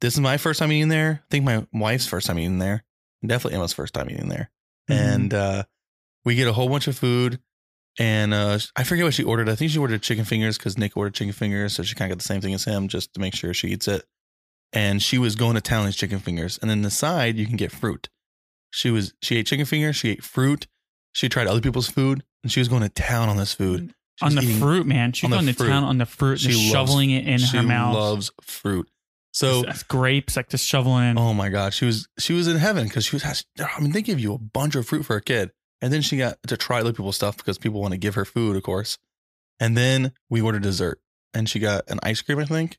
[SPEAKER 3] this is my first time eating there. I think my wife's first time eating there. and Definitely Emma's first time eating there.
[SPEAKER 2] Mm-hmm.
[SPEAKER 3] And uh, we get a whole bunch of food. And uh, I forget what she ordered. I think she ordered chicken fingers because Nick ordered chicken fingers. So she kind of got the same thing as him just to make sure she eats it. And she was going to town on these chicken fingers. And then the side, you can get fruit. She was she ate chicken fingers. She ate fruit. She tried other people's food. And she was going to town on this food. She
[SPEAKER 2] Mm. on
[SPEAKER 3] was
[SPEAKER 2] the
[SPEAKER 3] eating-
[SPEAKER 2] fruit, man. She's
[SPEAKER 3] on the
[SPEAKER 2] going to
[SPEAKER 3] fruit.
[SPEAKER 2] town on the fruit,
[SPEAKER 3] She
[SPEAKER 2] just
[SPEAKER 3] loves-
[SPEAKER 2] shoveling it in
[SPEAKER 3] she
[SPEAKER 2] her mouth.
[SPEAKER 3] loves fruit. So
[SPEAKER 2] That's grapes, like just shoveling in.
[SPEAKER 3] Oh my God, she was she was in heaven because she was. I mean, they give you a bunch of fruit for a kid, and then she got to try other people's stuff because people want to give her food, of course. And then we ordered dessert, and she got an ice cream, I think.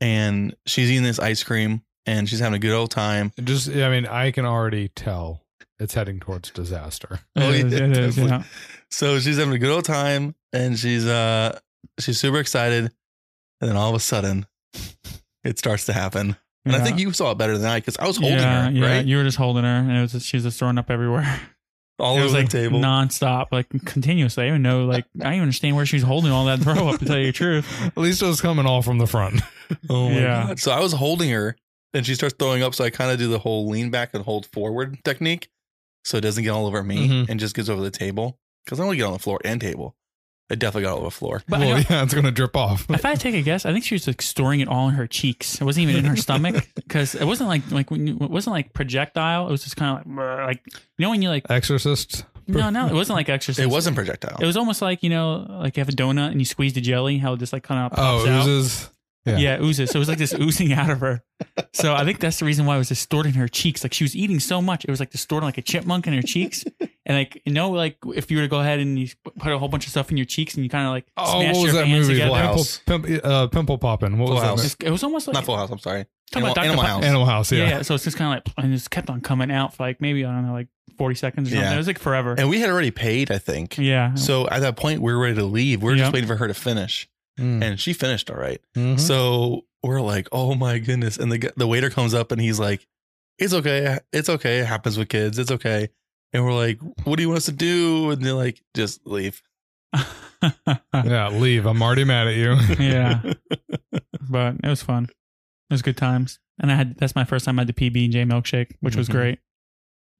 [SPEAKER 3] And she's eating this ice cream, and she's having a good old time.
[SPEAKER 4] Just, I mean, I can already tell it's heading towards disaster.
[SPEAKER 3] Oh,
[SPEAKER 2] It is,
[SPEAKER 3] yeah,
[SPEAKER 2] it is,
[SPEAKER 3] definitely.
[SPEAKER 2] yeah.
[SPEAKER 3] So she's having a good old time, and she's uh she's super excited. And then all of a sudden, it starts to happen. And I
[SPEAKER 2] Yeah.
[SPEAKER 3] think you saw it better than I because I was holding
[SPEAKER 2] yeah,
[SPEAKER 3] her
[SPEAKER 2] yeah.
[SPEAKER 3] right
[SPEAKER 2] You were just holding her, and it was just, she was just throwing up everywhere.
[SPEAKER 3] all
[SPEAKER 2] it
[SPEAKER 3] over
[SPEAKER 2] was like
[SPEAKER 3] the table.
[SPEAKER 2] nonstop, like continuously. I don't even know, like I don't even understand where she was holding all that throw up. To tell you the truth,
[SPEAKER 4] At least it was coming all from the front.
[SPEAKER 3] Oh my
[SPEAKER 2] Yeah.
[SPEAKER 3] god. So I was holding her and she starts throwing up. So I kind of do the whole lean back and hold forward technique so it doesn't get all over me
[SPEAKER 2] Mm-hmm.
[SPEAKER 4] Mhm.
[SPEAKER 3] and just gets over the table. Because I want to get on the floor and table. It definitely got all over the floor.
[SPEAKER 2] but I
[SPEAKER 4] well,
[SPEAKER 2] don't-
[SPEAKER 4] yeah, it's going to drip off.
[SPEAKER 2] if I take a guess, I think she was like storing it all in her cheeks. It wasn't even in her stomach because it wasn't like like when you, it wasn't like projectile. It was just kind of like brr, like you know when you like
[SPEAKER 4] Exorcist.
[SPEAKER 2] no no it wasn't like exercise.
[SPEAKER 3] It wasn't projectile.
[SPEAKER 2] It was almost like you know like you have a donut and you squeeze the jelly how it just like kind of pops
[SPEAKER 4] Oh, it was
[SPEAKER 2] out.
[SPEAKER 4] his. Yeah.
[SPEAKER 2] yeah, it oozes. So it was like this oozing out of her. So I think that's the reason why it was just stored in her cheeks. Like she was eating so much, it was like stored like a chipmunk in her cheeks. And like you know, like if you were to go ahead and you put a whole bunch of stuff in your cheeks and you kind of like
[SPEAKER 4] Oh,
[SPEAKER 2] smash
[SPEAKER 4] what was
[SPEAKER 2] your
[SPEAKER 4] that
[SPEAKER 2] hands
[SPEAKER 4] movie?
[SPEAKER 2] together,
[SPEAKER 3] Full
[SPEAKER 4] Pimple,
[SPEAKER 3] House.
[SPEAKER 4] pimp, uh, pimple popping. What
[SPEAKER 3] Full
[SPEAKER 4] was that?
[SPEAKER 3] House.
[SPEAKER 4] movie?
[SPEAKER 2] It's- it was almost like
[SPEAKER 3] Not full house, I'm sorry.
[SPEAKER 2] Talking about
[SPEAKER 3] Animal-
[SPEAKER 2] Dr.
[SPEAKER 3] Animal
[SPEAKER 2] Pop-
[SPEAKER 3] House.
[SPEAKER 4] Animal House.
[SPEAKER 2] yeah.
[SPEAKER 4] Yeah.
[SPEAKER 2] yeah. So it's just kind of like and it just kept on coming out for like maybe I don't know like forty seconds or something.
[SPEAKER 3] Yeah.
[SPEAKER 2] It was like forever.
[SPEAKER 3] And we had already paid, I think.
[SPEAKER 2] yeah.
[SPEAKER 3] So at that point, we were ready to leave. We were
[SPEAKER 2] Yeah. Mm.
[SPEAKER 3] just waiting for her to finish. And she finished all right.
[SPEAKER 4] Mhm.
[SPEAKER 3] So we're like, oh my goodness. And the gu- the waiter comes up and he's like, it's okay. It's okay. It happens with kids. It's okay. And we're like, what do you want us to do? And they're like, just leave.
[SPEAKER 4] yeah, leave. I'm already mad at you.
[SPEAKER 2] yeah. But it was fun. It was good times. And I had that's my first time I had the PB and J milkshake, which was
[SPEAKER 3] Mhm.
[SPEAKER 4] Mm-hmm.
[SPEAKER 2] great.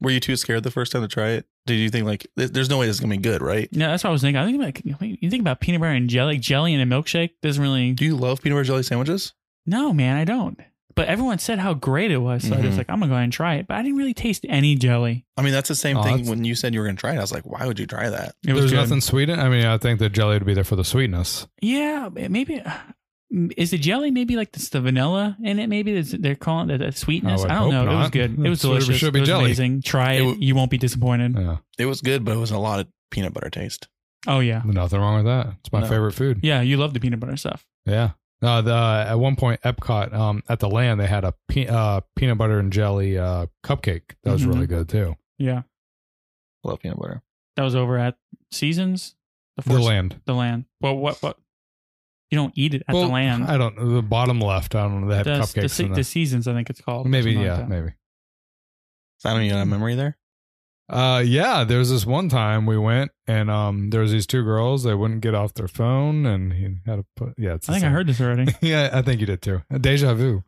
[SPEAKER 3] Were you too scared the first time to try it? Did you think like, th- there's no way this is going to be good, right?
[SPEAKER 2] Yeah, that's what I was thinking. I think about wait, you think about peanut butter and jelly, jelly and a milkshake doesn't really.
[SPEAKER 3] Do you love peanut butter jelly sandwiches?
[SPEAKER 2] no, man, I don't. But everyone said how great it was, so I
[SPEAKER 4] Mm-hmm.
[SPEAKER 2] was
[SPEAKER 3] Mhm.
[SPEAKER 2] like, I'm gonna go ahead and try it. But I didn't really taste any jelly.
[SPEAKER 3] I mean, that's the same
[SPEAKER 4] Oh,
[SPEAKER 3] thing
[SPEAKER 4] that's-
[SPEAKER 3] when you said you were going to try it. I was like, why would you try that?
[SPEAKER 2] It was
[SPEAKER 4] There's
[SPEAKER 2] good.
[SPEAKER 4] nothing sweet. In, I mean, I think the jelly would be there for the sweetness.
[SPEAKER 2] Yeah, it- maybe is the jelly maybe like this, the vanilla in it? Maybe that's, they're calling it the sweetness.
[SPEAKER 4] Oh, I would
[SPEAKER 2] I, don't know.
[SPEAKER 4] hope
[SPEAKER 2] It was
[SPEAKER 4] not.
[SPEAKER 2] good. It was
[SPEAKER 4] So there
[SPEAKER 2] delicious.
[SPEAKER 4] should be
[SPEAKER 2] it was
[SPEAKER 4] jelly.
[SPEAKER 2] amazing. Try
[SPEAKER 3] It
[SPEAKER 2] it.
[SPEAKER 3] w-
[SPEAKER 2] you won't be disappointed.
[SPEAKER 4] Yeah,
[SPEAKER 3] It was good, but it was a lot of peanut butter taste.
[SPEAKER 2] oh yeah,
[SPEAKER 4] nothing wrong with that. It's my
[SPEAKER 3] No.
[SPEAKER 4] favorite food.
[SPEAKER 2] yeah. You love the peanut butter stuff.
[SPEAKER 4] Yeah. Uh, the, at one point, Epcot um, at the land, they had a pe- uh, peanut butter and jelly uh, cupcake that was
[SPEAKER 2] Mhm.
[SPEAKER 4] really good too.
[SPEAKER 2] Yeah,
[SPEAKER 3] I love peanut butter.
[SPEAKER 2] that was over at Seasons.
[SPEAKER 4] The land.
[SPEAKER 2] The land. Well, what? What? You don't eat it at
[SPEAKER 4] Well,
[SPEAKER 2] the land.
[SPEAKER 4] I don't the bottom left. I don't know. They have
[SPEAKER 2] the, the,
[SPEAKER 4] cupcakes
[SPEAKER 2] se-
[SPEAKER 4] in
[SPEAKER 2] the
[SPEAKER 4] there.
[SPEAKER 2] seasons, I think it's called. or
[SPEAKER 4] Maybe
[SPEAKER 2] something
[SPEAKER 4] yeah,
[SPEAKER 2] like that.
[SPEAKER 4] maybe.
[SPEAKER 3] I don't even have memory there.
[SPEAKER 4] Uh, yeah. There's this one time we went and um, there was these two girls. They wouldn't get off their phone, and he had to put. Yeah, it's
[SPEAKER 2] I
[SPEAKER 4] the
[SPEAKER 2] think I
[SPEAKER 4] same.
[SPEAKER 2] heard this already.
[SPEAKER 4] yeah, I think you did too. Deja vu.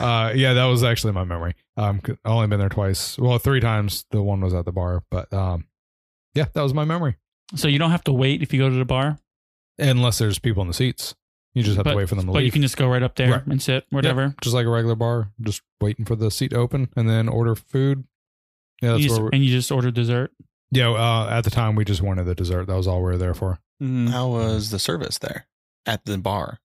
[SPEAKER 4] Uh, yeah, that was actually my memory. Um, 'cause I only been there twice. Well, three times. The one was at the bar, but um, yeah, that was my memory.
[SPEAKER 2] so you don't have to wait if you go to the bar.
[SPEAKER 4] Unless there's people in the seats, you just have to wait for them to
[SPEAKER 2] But
[SPEAKER 4] leave.
[SPEAKER 2] you can just go right up there
[SPEAKER 4] Right.
[SPEAKER 2] and sit, whatever.
[SPEAKER 4] Yeah, just like a regular bar, just waiting for the seat to open and then order food. Yeah, that's
[SPEAKER 2] You just-
[SPEAKER 4] where. We,
[SPEAKER 2] and you just order dessert.
[SPEAKER 4] yeah, uh, at the time we just wanted the dessert. That was all we were there for.
[SPEAKER 2] Mm-hmm. Uh,
[SPEAKER 3] How was the service there at the bar?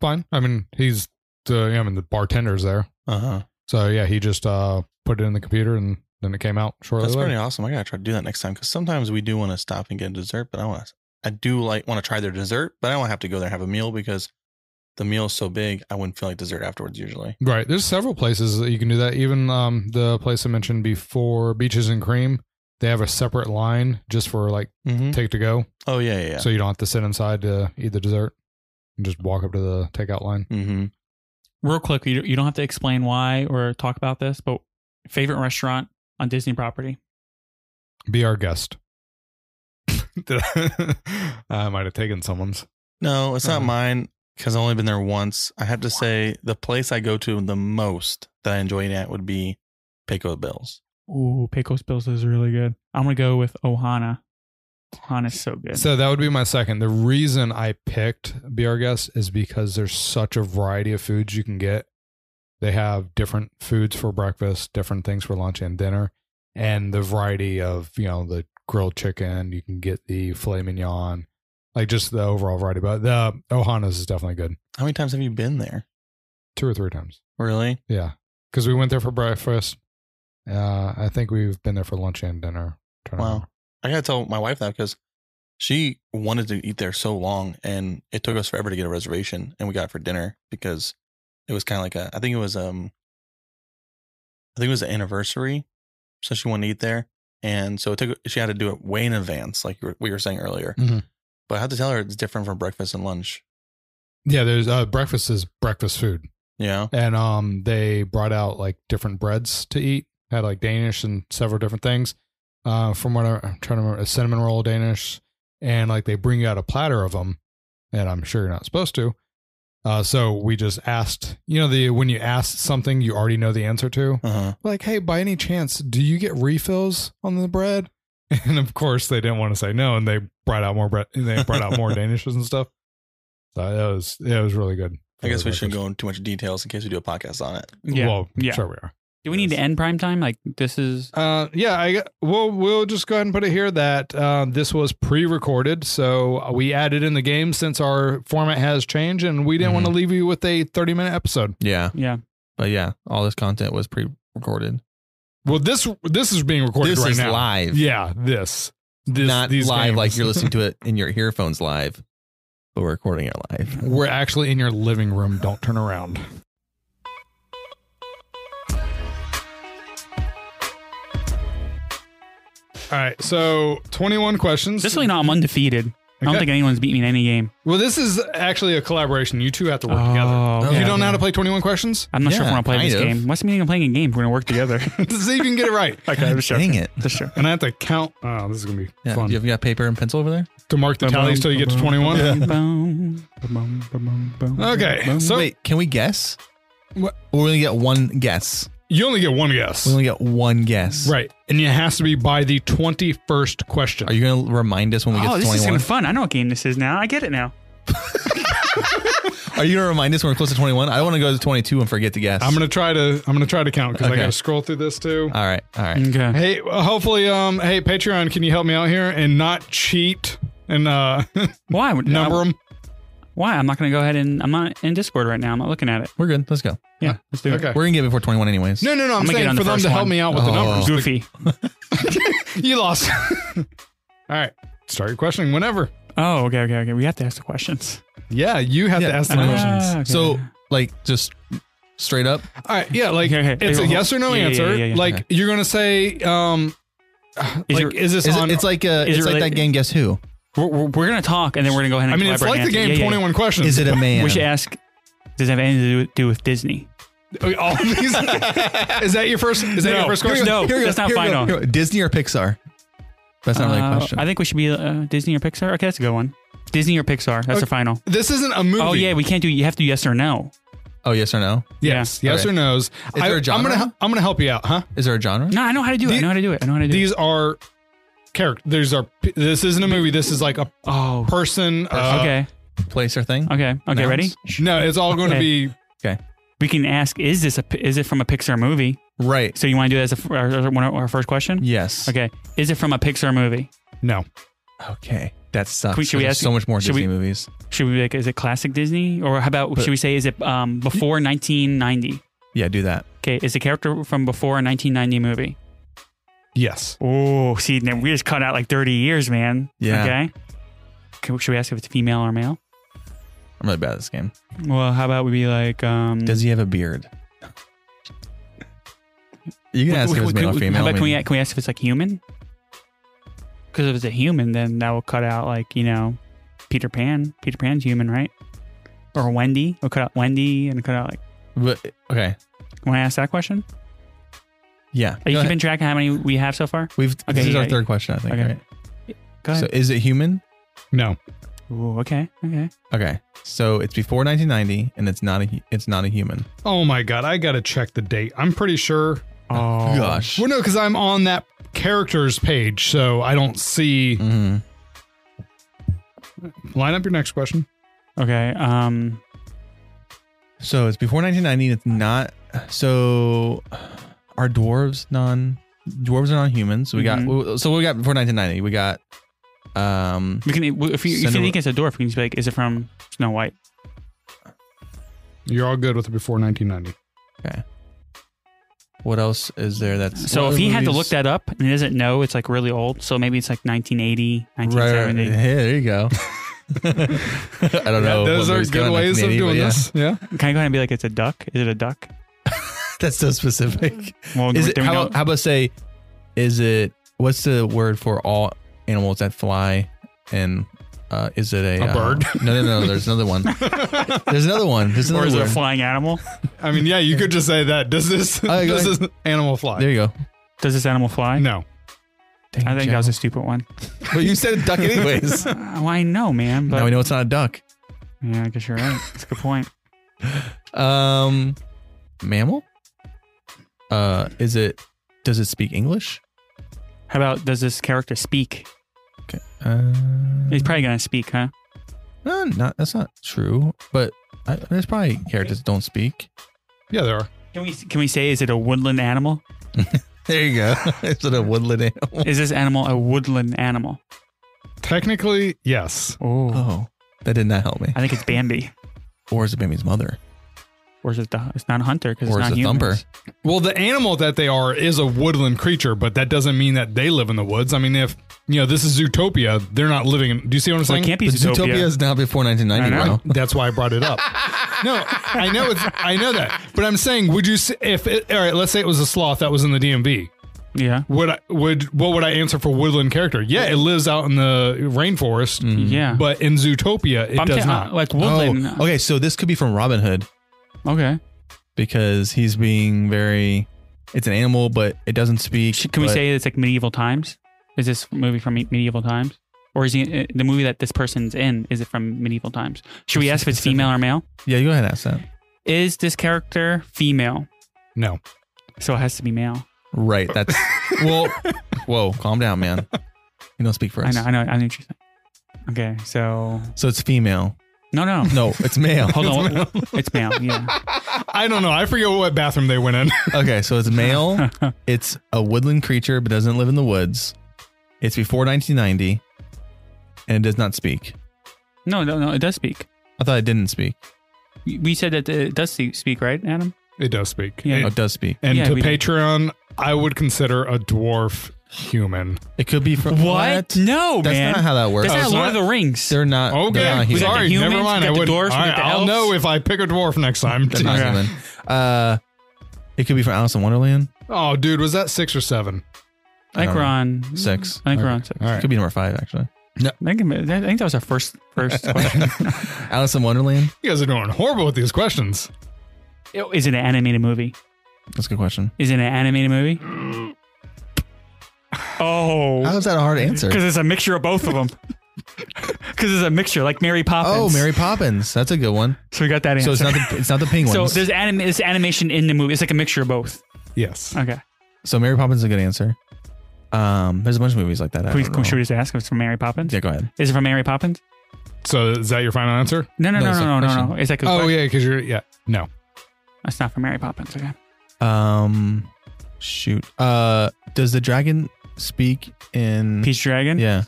[SPEAKER 4] Fine. I mean, he's the. I mean, the bartender's there.
[SPEAKER 3] Uh huh.
[SPEAKER 4] So yeah, he just uh put it in the computer and then it came out shortly
[SPEAKER 3] That's
[SPEAKER 4] later.
[SPEAKER 3] pretty awesome. I gotta try to do that next time because sometimes we do want to stop and get dessert, but I want to. I do like want to try their dessert, but I don't want to have to go there and have a meal because the meal is so big. I wouldn't feel like dessert afterwards usually.
[SPEAKER 4] Right. There's several places that you can do that. Even um, the place I mentioned before, Beaches and Cream, they have a separate line just for like
[SPEAKER 3] Mm-hmm.
[SPEAKER 4] take to go.
[SPEAKER 3] Oh yeah, yeah. yeah.
[SPEAKER 4] So you don't have to sit inside to eat the dessert and just walk up to the takeout line.
[SPEAKER 3] mm-hmm.
[SPEAKER 2] Real quick, you, you don't have to explain why or talk about this, but favorite restaurant on Disney property?
[SPEAKER 4] Be our guest. Did I, I might have taken someone's.
[SPEAKER 3] No, it's not
[SPEAKER 4] Uh-huh.
[SPEAKER 3] mine because I've only been there once. I have to say the place I go to the most that I enjoy eating at would be Pico Bills.
[SPEAKER 2] Ooh, Pecos Bills is really good. I'm gonna go with Ohana. Ohana's so good.
[SPEAKER 4] So that would be my second. The reason I picked Be Our Guest is because there's such a variety of foods you can get. They have different foods for breakfast, different things for lunch and dinner, and the variety of, you know, the grilled chicken, you can get the filet mignon, like just the overall variety. But the Ohana's is definitely good.
[SPEAKER 3] How many times have you been there?
[SPEAKER 4] Two or three times.
[SPEAKER 3] Really?
[SPEAKER 4] Yeah. Because we went there for breakfast. Uh, I think we've been there for lunch and dinner. Trying to
[SPEAKER 3] Wow.
[SPEAKER 4] remember.
[SPEAKER 3] I gotta tell my wife that because she wanted to eat there so long, and it took us forever to get a reservation, and we got it for dinner because it was kind of like a. I think it was um, I think it was an anniversary, so she wanted to eat there, and so it took. She had to do it way in advance, like you were- we were saying earlier.
[SPEAKER 4] Mhm.
[SPEAKER 3] But I had to tell her it's different from breakfast and lunch.
[SPEAKER 4] Yeah, there's uh, breakfast is breakfast food.
[SPEAKER 3] You know,
[SPEAKER 4] and um they brought out like different breads to eat had like danish and several different things uh from what I, i'm trying to remember a cinnamon roll danish and like they bring you out a platter of them and i'm sure you're not supposed to uh so we just asked you know the when you ask something you already know the answer to
[SPEAKER 3] uh-huh.
[SPEAKER 4] like hey by any chance do you get refills on the bread and of course they didn't want to say no and they brought out more bread and they brought out more danishes and stuff so that was it was really good
[SPEAKER 3] I guess we shouldn't
[SPEAKER 4] Breakfast.
[SPEAKER 3] go into too much details in case we do a podcast on it.
[SPEAKER 2] Yeah.
[SPEAKER 4] well
[SPEAKER 2] Yeah.
[SPEAKER 4] sure we are
[SPEAKER 2] Do we need to end prime time? Like this is
[SPEAKER 4] Uh, yeah, I got- we'll we'll just go ahead and put it here that uh, this was pre-recorded, so we added in the game since our format has changed, and we didn't
[SPEAKER 7] Mm-hmm.
[SPEAKER 4] want to leave you with a thirty-minute episode.
[SPEAKER 3] Yeah,
[SPEAKER 2] yeah.
[SPEAKER 3] but yeah, all this content was pre-recorded.
[SPEAKER 4] Well, this this is being recorded right now.
[SPEAKER 3] live.
[SPEAKER 4] Yeah, this, this
[SPEAKER 7] not
[SPEAKER 4] these
[SPEAKER 7] live
[SPEAKER 4] games.
[SPEAKER 7] like you're listening to it in your earphones live, but we're recording it live.
[SPEAKER 4] We're actually in your living room. Don't turn around. All right, so twenty-one questions.
[SPEAKER 2] This way, not I'm undefeated. I don't
[SPEAKER 4] Okay.
[SPEAKER 2] think anyone's beat me in any game.
[SPEAKER 4] Well, this is actually a collaboration. You two have to work together.
[SPEAKER 2] Oh,
[SPEAKER 4] You
[SPEAKER 2] okay.
[SPEAKER 4] don't know how to play 21 questions?
[SPEAKER 2] I'm not sure if
[SPEAKER 7] Yeah,
[SPEAKER 2] we're gonna play
[SPEAKER 7] kind
[SPEAKER 2] this
[SPEAKER 7] of.
[SPEAKER 2] game. What's the meaning of playing a game? if We're gonna work together.
[SPEAKER 4] See if you can get it right.
[SPEAKER 2] okay, I'm sure.
[SPEAKER 7] Dang it.
[SPEAKER 2] That's true.
[SPEAKER 4] And I have to count. Oh, this is going to be
[SPEAKER 7] Yeah,
[SPEAKER 4] fun.
[SPEAKER 7] you have got paper and pencil over there?
[SPEAKER 4] To mark the tallies till you get to 21. Okay. So
[SPEAKER 7] Wait, can we guess?
[SPEAKER 4] What?
[SPEAKER 7] We only get one guess.
[SPEAKER 4] you only get one guess.
[SPEAKER 7] We only get one guess.
[SPEAKER 4] Right. And it has to be by the 21st question.
[SPEAKER 7] Are you going to remind us when we
[SPEAKER 2] Oh,
[SPEAKER 7] get to
[SPEAKER 2] this is
[SPEAKER 7] 21?
[SPEAKER 2] gonna be fun. I know what game this is now. I get it now.
[SPEAKER 7] Are you going to remind us when we're close to 21? I don't want to go to 22 and forget to guess.
[SPEAKER 4] I'm going to try to I'm going to try to count because I
[SPEAKER 7] Okay.
[SPEAKER 4] got to scroll through this too.
[SPEAKER 7] All right. All
[SPEAKER 4] Mm.
[SPEAKER 7] right.
[SPEAKER 2] Okay.
[SPEAKER 4] hey, well, hopefully um hey Patreon, can you help me out here and not cheat and uh
[SPEAKER 2] Why? would-
[SPEAKER 4] number them?
[SPEAKER 2] Why? I'm not gonna go ahead and I'm not in Discord right now. I'm not looking at it.
[SPEAKER 7] We're good. Let's go.
[SPEAKER 2] Yeah, let's do
[SPEAKER 4] Okay.
[SPEAKER 7] We're going to get it before 21 anyways.
[SPEAKER 4] No, no, no. I'm,
[SPEAKER 2] gonna get
[SPEAKER 4] saying
[SPEAKER 2] on
[SPEAKER 4] for
[SPEAKER 2] the
[SPEAKER 4] them
[SPEAKER 2] first
[SPEAKER 4] to help
[SPEAKER 2] one.
[SPEAKER 4] me out with the
[SPEAKER 7] Oh.
[SPEAKER 4] numbers.
[SPEAKER 2] it. Goofy.
[SPEAKER 4] You lost. All right. Start your questioning whenever.
[SPEAKER 2] Oh, okay, okay, okay. We have to ask the questions.
[SPEAKER 4] Yeah, you have
[SPEAKER 7] Yeah.
[SPEAKER 4] to ask the
[SPEAKER 3] Uh,
[SPEAKER 7] Ah,
[SPEAKER 4] questions.
[SPEAKER 2] okay.
[SPEAKER 7] So, like, just straight up,
[SPEAKER 4] All right. Yeah, like
[SPEAKER 2] Okay, okay.
[SPEAKER 4] it's a
[SPEAKER 2] Hey,
[SPEAKER 4] yes or no
[SPEAKER 2] yeah, yeah,
[SPEAKER 4] answer.
[SPEAKER 2] yeah, yeah, yeah.
[SPEAKER 4] Like
[SPEAKER 7] Okay.
[SPEAKER 4] you're gonna say, um,
[SPEAKER 2] Is
[SPEAKER 4] like
[SPEAKER 2] your-
[SPEAKER 4] is this
[SPEAKER 7] is
[SPEAKER 4] on?
[SPEAKER 7] it, it's like uh, it's
[SPEAKER 2] is it
[SPEAKER 7] like
[SPEAKER 2] relate-
[SPEAKER 7] that game Guess Who.
[SPEAKER 2] We're, we're, we're going to talk, and then we're going to go ahead
[SPEAKER 4] I
[SPEAKER 2] and
[SPEAKER 4] mean, it's
[SPEAKER 2] collaborate
[SPEAKER 4] like the
[SPEAKER 2] and
[SPEAKER 4] game
[SPEAKER 2] answer. Yeah, yeah, yeah.
[SPEAKER 4] 21 Questions.
[SPEAKER 3] Is it a man?
[SPEAKER 2] We should ask, does it have anything to do with, do with Disney?
[SPEAKER 4] All these, is that your first? Is that your first question?
[SPEAKER 2] No,
[SPEAKER 3] Here we go,
[SPEAKER 2] that's not
[SPEAKER 3] here we go,
[SPEAKER 2] final.
[SPEAKER 3] here we go. Disney or Pixar? That's not really
[SPEAKER 2] Uh,
[SPEAKER 3] a question.
[SPEAKER 2] I think we should be uh, Disney or Pixar. Okay, that's a good one. Disney or Pixar. That's the final.
[SPEAKER 4] This isn't a movie.
[SPEAKER 2] Oh yeah, we can't do. You have to do yes or no.
[SPEAKER 3] oh, yes or no?
[SPEAKER 4] Yes. Yes
[SPEAKER 3] Okay.
[SPEAKER 4] or no's.
[SPEAKER 3] Is there a
[SPEAKER 4] I'm
[SPEAKER 3] genre?
[SPEAKER 4] gonna hel- I'm gonna help you out, huh?
[SPEAKER 3] Is there a genre?
[SPEAKER 2] No, I know how to do it. I know how to do it. I know how to do
[SPEAKER 4] These are character. These are. p- This isn't a movie. This is like a
[SPEAKER 2] it. Oh.
[SPEAKER 4] person. uh,
[SPEAKER 2] okay.
[SPEAKER 3] Place or thing?
[SPEAKER 2] Okay. Okay.
[SPEAKER 3] Nouns?
[SPEAKER 2] Ready?
[SPEAKER 4] No, it's all going to
[SPEAKER 2] Okay.
[SPEAKER 4] be.
[SPEAKER 2] We can ask. Is this a? pi- Is it from a Pixar movie?
[SPEAKER 3] Right.
[SPEAKER 2] So you want to do that as a, f- our, our- one of our first question?
[SPEAKER 3] Yes.
[SPEAKER 2] Okay. Is it from a Pixar movie?
[SPEAKER 4] No.
[SPEAKER 3] Okay. That sucks.
[SPEAKER 2] Can we- should we
[SPEAKER 3] There's
[SPEAKER 2] ask-
[SPEAKER 3] so much more
[SPEAKER 2] should we-
[SPEAKER 3] Disney movies?
[SPEAKER 2] Should we be like? Is it classic Disney? Or how about? should we say? Is it um before 1990?
[SPEAKER 3] Yeah, do that.
[SPEAKER 2] Okay. Is the character from before a 1990 movie?
[SPEAKER 4] Yes.
[SPEAKER 2] Oh, see, now we just cut out like 30 years, man.
[SPEAKER 3] Yeah.
[SPEAKER 2] Okay. Can, should we ask if it's female or male?
[SPEAKER 3] I'm really bad at this game.
[SPEAKER 2] Well, how about we be like, um,
[SPEAKER 3] Does he have a beard? You can ask
[SPEAKER 2] we-
[SPEAKER 3] if
[SPEAKER 2] we-
[SPEAKER 3] it's male or
[SPEAKER 2] we-
[SPEAKER 3] female.
[SPEAKER 2] How about
[SPEAKER 3] I
[SPEAKER 2] can we
[SPEAKER 3] mean,
[SPEAKER 2] can we ask if it's like human? Because if it's a human, then that will cut out like you know, Peter Pan. Peter Pan's human, right? Or Wendy. We'll cut out Wendy and cut out like.
[SPEAKER 3] but- okay.
[SPEAKER 2] Want to ask that question?
[SPEAKER 3] Yeah.
[SPEAKER 2] Are you
[SPEAKER 3] Go ahead.
[SPEAKER 2] keeping track of how many we have so far?
[SPEAKER 3] We've
[SPEAKER 2] Okay,
[SPEAKER 3] this is our
[SPEAKER 2] yeah.
[SPEAKER 3] third question, I think.
[SPEAKER 2] Okay.
[SPEAKER 3] Right?
[SPEAKER 2] Go
[SPEAKER 3] So
[SPEAKER 2] ahead.
[SPEAKER 3] is it human?
[SPEAKER 4] No.
[SPEAKER 2] Ooh, okay, okay.
[SPEAKER 3] Okay. So it's before 1990, and it's not a hu- it's not a human.
[SPEAKER 4] Oh my god! I gotta check the date. I'm pretty sure. um,
[SPEAKER 2] Oh,
[SPEAKER 3] Gosh.
[SPEAKER 4] Well, no, because I'm on that characters page, so I don't see.
[SPEAKER 3] Mhm. Mm-hmm.
[SPEAKER 4] Line up your next question.
[SPEAKER 2] Okay. Um.
[SPEAKER 3] So it's before 1990. It's not. So are dwarves non dwarves are non humans? We got
[SPEAKER 2] Mm-hmm.
[SPEAKER 3] so what we got before 1990. We got um
[SPEAKER 2] We can if you, if you
[SPEAKER 3] Cinder-
[SPEAKER 2] think it's a dwarf, we can just be like, is it from Snow White?
[SPEAKER 4] You're all good with it before 1990.
[SPEAKER 3] what else is there that's
[SPEAKER 2] So
[SPEAKER 3] what
[SPEAKER 2] if
[SPEAKER 3] other
[SPEAKER 2] he had to
[SPEAKER 3] movies-
[SPEAKER 2] look that up and he doesn't know, it's like really old. So maybe it's like 1980,
[SPEAKER 3] right, right, right.
[SPEAKER 2] 1970.
[SPEAKER 3] Yeah, there you go. I don't know.
[SPEAKER 4] those
[SPEAKER 3] what
[SPEAKER 4] are
[SPEAKER 3] movies came out
[SPEAKER 4] good
[SPEAKER 3] in
[SPEAKER 4] ways of
[SPEAKER 3] 1980, but
[SPEAKER 4] doing
[SPEAKER 3] yeah.
[SPEAKER 4] this. Yeah.
[SPEAKER 2] Can I go ahead and be like, it's a duck? Is it a duck?
[SPEAKER 3] That's so specific.
[SPEAKER 2] Well,
[SPEAKER 3] Is
[SPEAKER 2] do
[SPEAKER 3] it
[SPEAKER 2] we
[SPEAKER 3] how,
[SPEAKER 2] know-
[SPEAKER 3] how about say is it what's the word for all animals that fly and uh, is it a,
[SPEAKER 4] A
[SPEAKER 3] uh,
[SPEAKER 4] bird?
[SPEAKER 3] No, no, no. There's another one. there's another one. There's another
[SPEAKER 2] or is it a
[SPEAKER 3] word.
[SPEAKER 2] flying animal?
[SPEAKER 4] I mean, yeah, you could just say that. Does this
[SPEAKER 3] Okay, go
[SPEAKER 4] does
[SPEAKER 3] ahead.
[SPEAKER 4] this animal fly?
[SPEAKER 3] There you go.
[SPEAKER 2] Does this animal fly?
[SPEAKER 4] No.
[SPEAKER 3] Dang
[SPEAKER 2] I
[SPEAKER 3] it,
[SPEAKER 2] think that was a stupid one.
[SPEAKER 3] Jeff. But you said a duck anyways.
[SPEAKER 2] Uh, well, I know, man. But
[SPEAKER 3] now we know it's not a duck.
[SPEAKER 2] yeah, I guess you're right. That's a good point.
[SPEAKER 3] Um, mammal. Uh, is it? Does it speak English?
[SPEAKER 2] How about does this character speak?
[SPEAKER 3] Uh,
[SPEAKER 2] He's probably gonna speak, huh?
[SPEAKER 3] no, not that's not true. But I, there's probably characters that don't speak.
[SPEAKER 4] Yeah, there are.
[SPEAKER 2] Can we can we say is it a woodland animal?
[SPEAKER 3] There you go. is it a woodland animal?
[SPEAKER 2] Is this animal a woodland animal?
[SPEAKER 4] Technically, yes.
[SPEAKER 2] Oh,
[SPEAKER 3] Oh, that did not help me.
[SPEAKER 2] I think it's Bambi.
[SPEAKER 3] Or is it Bambi's mother?
[SPEAKER 2] Or is it the, it's not a hunter because it's
[SPEAKER 3] Or is
[SPEAKER 2] not
[SPEAKER 3] it
[SPEAKER 2] humans.
[SPEAKER 3] Thumper?
[SPEAKER 4] Well, the animal that they are is a woodland creature, but that doesn't mean that they live in the woods. I mean, if you know this is Zootopia, they're not living in. Do you see what I'm
[SPEAKER 2] Well,
[SPEAKER 4] saying?
[SPEAKER 2] it can't be
[SPEAKER 3] But Zootopia
[SPEAKER 2] Zootopia.
[SPEAKER 3] is not before
[SPEAKER 2] I
[SPEAKER 3] 1990
[SPEAKER 2] know.
[SPEAKER 3] now.
[SPEAKER 4] That's why I brought it up. No, I know it's. I know that, but I'm saying, would you s- if it, all right? Let's say it was a sloth that was in the DMV.
[SPEAKER 2] Yeah.
[SPEAKER 3] Mm-hmm.
[SPEAKER 4] Would I, would what would I answer for woodland character? Yeah, it lives out in the rainforest,
[SPEAKER 2] Yeah.
[SPEAKER 4] but in Zootopia, it
[SPEAKER 2] Mm-hmm. I'm
[SPEAKER 4] does
[SPEAKER 2] ta-
[SPEAKER 4] not.
[SPEAKER 2] uh, like woodland.
[SPEAKER 3] Oh, okay, so this could be from Robin Hood
[SPEAKER 2] okay.
[SPEAKER 3] because he's being very. It's an animal, but it doesn't speak.
[SPEAKER 2] Sh- Can we
[SPEAKER 3] but-
[SPEAKER 2] say it's like medieval times? Is this movie from me- medieval times, or is he, uh, the movie that this person's in? Is it from medieval times? Should we ask if it's female or male?
[SPEAKER 3] Yeah, go ahead and ask that.
[SPEAKER 2] Is this character female?
[SPEAKER 4] no,
[SPEAKER 2] So it has to be male.
[SPEAKER 3] Right. That's. well, whoa, calm down, man. You don't speak for
[SPEAKER 2] I
[SPEAKER 3] us.
[SPEAKER 2] know. I know. I know what you're saying. Okay. So
[SPEAKER 3] So it's female.
[SPEAKER 2] no, no.
[SPEAKER 3] No, it's male.
[SPEAKER 2] Hold on. It's male. Yeah.
[SPEAKER 4] I don't know. I forget what bathroom they went in.
[SPEAKER 3] Okay, so it's male. It's a woodland creature, but doesn't live in the woods. It's before 1990, and it does not speak.
[SPEAKER 2] No, no, no. It does speak.
[SPEAKER 3] I thought it didn't speak.
[SPEAKER 2] We we said that it does see- speak, right, Adam?
[SPEAKER 4] it does speak.
[SPEAKER 2] Yeah.
[SPEAKER 3] Oh,
[SPEAKER 4] It-
[SPEAKER 3] it does speak.
[SPEAKER 4] and
[SPEAKER 2] Yeah,
[SPEAKER 4] to
[SPEAKER 2] we do.
[SPEAKER 4] Patreon, I would consider a dwarf human.
[SPEAKER 3] It could be from
[SPEAKER 2] No,
[SPEAKER 3] That's
[SPEAKER 2] man.
[SPEAKER 3] not how that works.
[SPEAKER 2] That's
[SPEAKER 4] Oh,
[SPEAKER 2] not
[SPEAKER 4] it's
[SPEAKER 2] Lord of
[SPEAKER 4] not?
[SPEAKER 2] the Rings.
[SPEAKER 3] They're not. They're
[SPEAKER 4] Okay,
[SPEAKER 3] not human.
[SPEAKER 2] got the
[SPEAKER 4] sorry,
[SPEAKER 2] humans,
[SPEAKER 4] never
[SPEAKER 2] we
[SPEAKER 4] mind.
[SPEAKER 2] got
[SPEAKER 4] I
[SPEAKER 2] the
[SPEAKER 4] would.
[SPEAKER 2] dwarves, we got the
[SPEAKER 4] I'll
[SPEAKER 2] elves.
[SPEAKER 4] know if I pick a dwarf next time.
[SPEAKER 3] They're not
[SPEAKER 2] Okay.
[SPEAKER 3] human. Uh, it could be from Alice in Wonderland.
[SPEAKER 2] Mm-hmm.
[SPEAKER 4] oh, dude, was that six or seven?
[SPEAKER 2] I think we're on
[SPEAKER 3] Six.
[SPEAKER 2] I think we're
[SPEAKER 4] Okay.
[SPEAKER 2] on six.
[SPEAKER 4] All
[SPEAKER 3] It
[SPEAKER 4] right.
[SPEAKER 3] could be number five actually.
[SPEAKER 4] No.
[SPEAKER 2] I think, I think that was our first first question.
[SPEAKER 3] Alice in Wonderland?
[SPEAKER 4] You guys are doing horrible with these questions.
[SPEAKER 2] Is it an animated movie?
[SPEAKER 3] That's a good question.
[SPEAKER 2] Is it an animated movie?
[SPEAKER 3] How
[SPEAKER 2] Oh,
[SPEAKER 3] is that a hard answer?
[SPEAKER 2] because it's a mixture of both of them. Because it's a mixture, like Mary Poppins.
[SPEAKER 3] Oh, Mary Poppins. That's a good one.
[SPEAKER 2] So we got that answer.
[SPEAKER 3] So it's not the, it's not the penguins.
[SPEAKER 2] So
[SPEAKER 3] So,
[SPEAKER 2] there's anim- it's animation in the movie. It's like a mixture of both.
[SPEAKER 4] Yes.
[SPEAKER 2] Okay.
[SPEAKER 3] Mary Poppins is a good answer. Um, there's a bunch of movies like that. I
[SPEAKER 2] Can we,
[SPEAKER 3] don't
[SPEAKER 2] can we-
[SPEAKER 3] know.
[SPEAKER 2] should we just ask if it's from Mary Poppins?
[SPEAKER 3] Yeah, go ahead.
[SPEAKER 2] Is it from Mary Poppins?
[SPEAKER 4] So is that your final answer?
[SPEAKER 2] No, no,
[SPEAKER 3] No,
[SPEAKER 2] no,
[SPEAKER 3] it's a
[SPEAKER 2] no, no, no, no.
[SPEAKER 3] question.
[SPEAKER 2] It's like a
[SPEAKER 4] Oh
[SPEAKER 2] question.
[SPEAKER 4] yeah, because you're yeah. No.
[SPEAKER 2] It's not from Mary Poppins. Okay.
[SPEAKER 3] Mm-hmm. Um, shoot. Uh, does the dragon speak in?
[SPEAKER 2] Peach Dragon?
[SPEAKER 3] Yeah.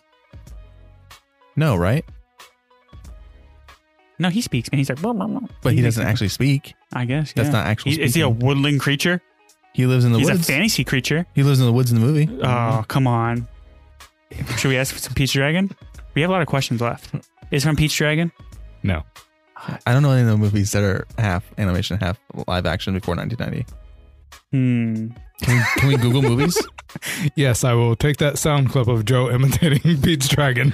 [SPEAKER 3] No, right?
[SPEAKER 2] No, he speaks, man. He's like, blah, blah, blah.
[SPEAKER 3] But he
[SPEAKER 2] makes-
[SPEAKER 3] doesn't actually speak.
[SPEAKER 2] I guess.
[SPEAKER 3] That's
[SPEAKER 2] yeah.
[SPEAKER 3] not actual
[SPEAKER 2] He- Is he a
[SPEAKER 3] speaking.
[SPEAKER 2] woodland creature?
[SPEAKER 3] He lives in the
[SPEAKER 2] He's a
[SPEAKER 3] woods.
[SPEAKER 2] fantasy creature.
[SPEAKER 3] he lives in the woods in the movie.
[SPEAKER 2] Oh, come on. Should we ask for some Peach Dragon? We have a lot of questions left. Is it from Peach Dragon?
[SPEAKER 4] No.
[SPEAKER 3] I don't know any of the movies that are half animation, half live action before 1990.
[SPEAKER 2] Hmm.
[SPEAKER 3] Can we, can we Google movies?
[SPEAKER 4] Yes, I will take that sound clip of Joe imitating Pete's dragon.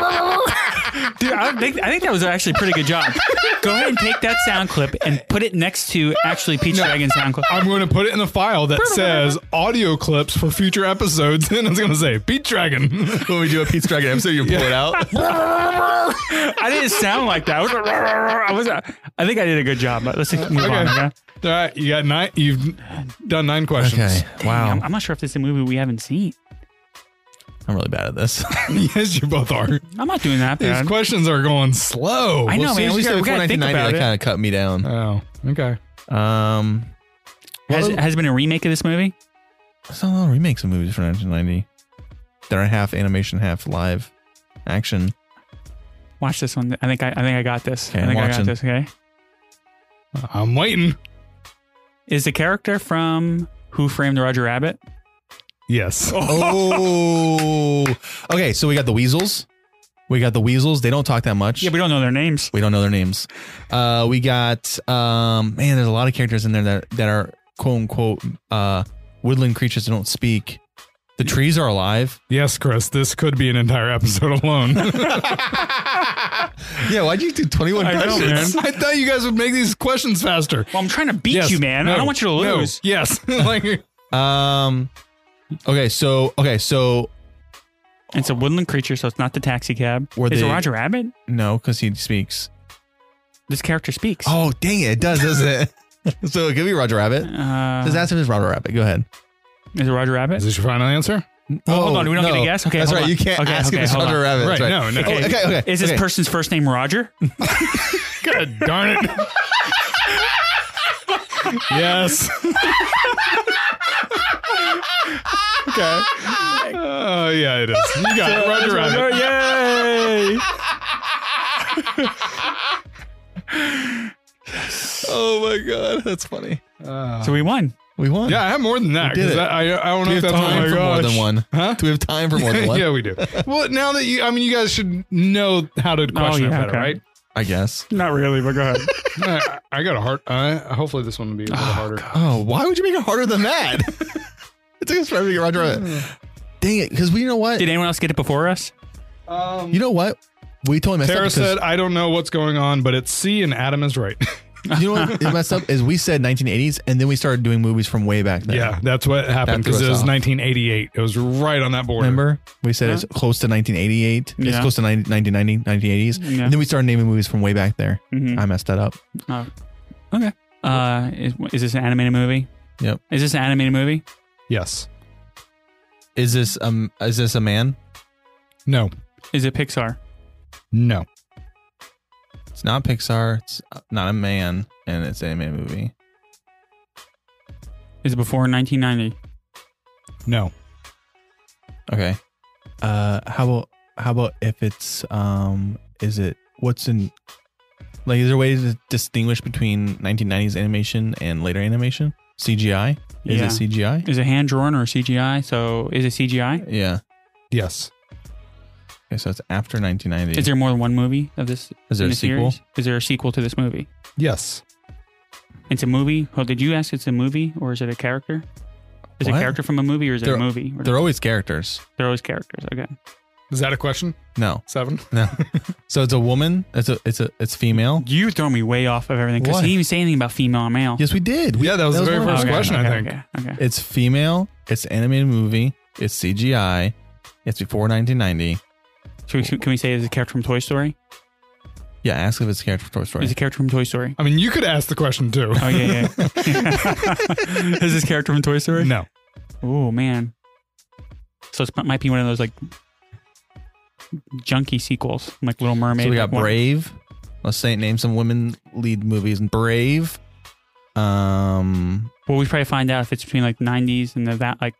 [SPEAKER 2] Dude, I think, I think that was actually a pretty good job. Go ahead and take that sound clip and put it next to actually Peach Dragon sound clip.
[SPEAKER 4] I'm going to put it in the file that says audio clips for future episodes, and it's going to say Pete Dragon.
[SPEAKER 3] when we do a Pete's Dragon episode, you pull it out.
[SPEAKER 2] I didn't sound like that. I, was, I, was, I think I did a good job, but let's move on.
[SPEAKER 4] Okay.
[SPEAKER 2] Okay?
[SPEAKER 4] All right, you got nine. You've done nine questions.
[SPEAKER 3] Okay. Wow.
[SPEAKER 2] I'm, I'm not sure if this is a movie we haven't seen.
[SPEAKER 3] I'm really bad at this.
[SPEAKER 4] yes, you both are.
[SPEAKER 2] I'm not doing that
[SPEAKER 4] These
[SPEAKER 2] bad.
[SPEAKER 4] questions are going slow.
[SPEAKER 2] I know, man. We, gotta, we gotta think about
[SPEAKER 3] that
[SPEAKER 2] it.
[SPEAKER 3] kind of cut me down.
[SPEAKER 4] Oh, okay.
[SPEAKER 3] Um,
[SPEAKER 2] Has, has it been a remake of this movie?
[SPEAKER 3] There's a lot of remakes of movies from 1990 that are half animation, half live action.
[SPEAKER 2] Watch this one. I think I, I think I got this.
[SPEAKER 3] Okay,
[SPEAKER 2] I
[SPEAKER 3] I'm
[SPEAKER 2] think I got
[SPEAKER 3] watching.
[SPEAKER 2] this. Okay.
[SPEAKER 4] I'm waiting.
[SPEAKER 2] Is the character from Who Framed Roger Rabbit?
[SPEAKER 4] Yes.
[SPEAKER 3] Oh, okay. So we got the weasels. We got the weasels. They don't talk that much.
[SPEAKER 2] Yeah, we don't know their names.
[SPEAKER 3] we don't know their names. Uh, we got um, man. There's a lot of characters in there that that are quote unquote uh, woodland creatures that don't speak. The trees are alive.
[SPEAKER 4] Yes, Chris. This could be an entire episode alone.
[SPEAKER 3] Yeah, why'd you do 21
[SPEAKER 2] I know, questions?
[SPEAKER 4] I thought you guys would make these questions faster.
[SPEAKER 2] Well, I'm trying to beat you, man. I
[SPEAKER 4] No.
[SPEAKER 2] don't want you to
[SPEAKER 4] No.
[SPEAKER 2] lose.
[SPEAKER 4] Yes. like,
[SPEAKER 3] Um. Okay, so okay, so
[SPEAKER 2] It's a woodland creature, so it's not the taxi cab.
[SPEAKER 3] Were
[SPEAKER 2] is it
[SPEAKER 3] they-
[SPEAKER 2] Roger Rabbit?
[SPEAKER 3] no, because he speaks.
[SPEAKER 2] This character speaks.
[SPEAKER 3] Oh, dang it, it does, doesn't it? so it could be Roger Rabbit.
[SPEAKER 2] Uh,
[SPEAKER 3] Just ask if it's Roger Rabbit. Go ahead.
[SPEAKER 2] is it Roger Rabbit?
[SPEAKER 4] is this your final answer?
[SPEAKER 2] Oh, hold on, we don't
[SPEAKER 3] no.
[SPEAKER 2] get a guess? Okay,
[SPEAKER 3] that's
[SPEAKER 2] hold
[SPEAKER 3] right.
[SPEAKER 2] on.
[SPEAKER 3] You can't
[SPEAKER 2] Okay,
[SPEAKER 3] ask
[SPEAKER 2] okay,
[SPEAKER 3] if it's
[SPEAKER 2] hold
[SPEAKER 3] Roger
[SPEAKER 2] on.
[SPEAKER 3] Rabbit. That's
[SPEAKER 4] Right,
[SPEAKER 3] right.
[SPEAKER 4] no, no.
[SPEAKER 3] Okay, okay, okay.
[SPEAKER 2] Is this
[SPEAKER 3] okay.
[SPEAKER 2] person's first name Roger?
[SPEAKER 4] God darn it. yes. okay. Oh, yeah, it is. You got it. Roger Rabbit.
[SPEAKER 2] Yay!
[SPEAKER 3] Oh my god, that's funny.
[SPEAKER 2] So we won.
[SPEAKER 3] We won.
[SPEAKER 4] Yeah, I have more than that.
[SPEAKER 3] We did
[SPEAKER 4] 'cause
[SPEAKER 3] it.
[SPEAKER 4] I, I, I don't
[SPEAKER 3] Do
[SPEAKER 4] know
[SPEAKER 3] we
[SPEAKER 4] if
[SPEAKER 3] have
[SPEAKER 4] that's
[SPEAKER 3] time for more than one?
[SPEAKER 4] Huh?
[SPEAKER 3] Do we have time for more than one?
[SPEAKER 4] yeah, we do. Well, now that you, I mean, you guys should know how to question it
[SPEAKER 2] yeah,
[SPEAKER 4] better,
[SPEAKER 2] okay.
[SPEAKER 4] right?
[SPEAKER 3] I guess.
[SPEAKER 2] Not really, but go ahead.
[SPEAKER 4] I, I got a hard. Uh, hopefully, this one will be a little harder.
[SPEAKER 3] Oh, why would you make it harder than that? it took us forever to get Roger Rabbit. Dang it, because we you know what?
[SPEAKER 2] Did anyone else get it before us?
[SPEAKER 3] you know what? We totally messed up.
[SPEAKER 4] Tara
[SPEAKER 3] because-
[SPEAKER 4] said, "I don't know what's going on, but it's C and Adam is right."
[SPEAKER 3] You know what it messed up is we said 1980s and then we started doing movies from way back then.
[SPEAKER 4] yeah, that's what happened
[SPEAKER 3] That threw
[SPEAKER 4] because it
[SPEAKER 3] us
[SPEAKER 4] was
[SPEAKER 3] off.
[SPEAKER 4] 1988. It was right on that border.
[SPEAKER 3] Remember? We said it's close to 1988. It's
[SPEAKER 2] Yeah.
[SPEAKER 3] close to 90, 1990, 1980s.
[SPEAKER 2] Yeah.
[SPEAKER 3] And then we started naming movies from way back there.
[SPEAKER 2] Mhm.
[SPEAKER 3] I messed that up.
[SPEAKER 2] Oh. Okay. Uh, is, is this an animated movie?
[SPEAKER 3] Yep.
[SPEAKER 2] Is this an animated movie?
[SPEAKER 4] Yes.
[SPEAKER 3] Is this um is this a man?
[SPEAKER 4] No.
[SPEAKER 2] Is it Pixar?
[SPEAKER 4] No.
[SPEAKER 3] It's not Pixar. It's not a man and it's an anime movie.
[SPEAKER 2] Is it before 1990?
[SPEAKER 4] No.
[SPEAKER 3] Okay. Uh how about how about if it's um is it what's in like is there a way to distinguish between 1990s animation and later animation? CGI? Is
[SPEAKER 2] Yeah.
[SPEAKER 3] it CGI?
[SPEAKER 2] Is it hand drawn or CGI? So is it CGI?
[SPEAKER 3] Yeah.
[SPEAKER 4] Yes.
[SPEAKER 3] Okay, so it's after 1990.
[SPEAKER 2] Is there more than one movie of this?
[SPEAKER 3] Is there
[SPEAKER 2] in the
[SPEAKER 3] a sequel?
[SPEAKER 2] Series? Is there a sequel to this movie?
[SPEAKER 4] Yes.
[SPEAKER 2] It's a movie. Well, did you ask? It's a movie or is it a character? Is it a
[SPEAKER 3] What?
[SPEAKER 2] character from a movie or is it a
[SPEAKER 3] They're-
[SPEAKER 2] movie? Or
[SPEAKER 3] They're always characters.
[SPEAKER 2] they're always characters. Okay.
[SPEAKER 4] Is that a question?
[SPEAKER 3] No,
[SPEAKER 4] Seven.
[SPEAKER 3] no. so it's a woman. It's a it's a it's female.
[SPEAKER 2] You throw me way off of everything because
[SPEAKER 3] What?
[SPEAKER 2] he didn't even say anything about female or male. Oh,
[SPEAKER 3] Yes, we did. We-
[SPEAKER 4] Yeah, that was the very
[SPEAKER 3] one of
[SPEAKER 4] first
[SPEAKER 3] our-
[SPEAKER 4] question, I
[SPEAKER 2] okay,
[SPEAKER 4] think.
[SPEAKER 2] Okay, okay.
[SPEAKER 3] It's female. It's an animated movie. It's CGI. It's before 1990.
[SPEAKER 2] Should we- should- can we say it's a character from Toy Story?
[SPEAKER 3] Yeah, ask if it's a character from Toy
[SPEAKER 2] Is
[SPEAKER 3] Story.
[SPEAKER 2] a character from Toy Story?
[SPEAKER 4] I mean, you could ask the question too.
[SPEAKER 2] Oh yeah, yeah. Is this character from Toy Story?
[SPEAKER 4] no.
[SPEAKER 2] Oh man. So it might be one of those like junky sequels, like Little Mermaid.
[SPEAKER 3] So we
[SPEAKER 2] like
[SPEAKER 3] got
[SPEAKER 2] one-
[SPEAKER 3] Brave. Let's say name some women lead movies. Brave. Um,
[SPEAKER 2] Well, we probably find out if it's between like '90s and the, that like,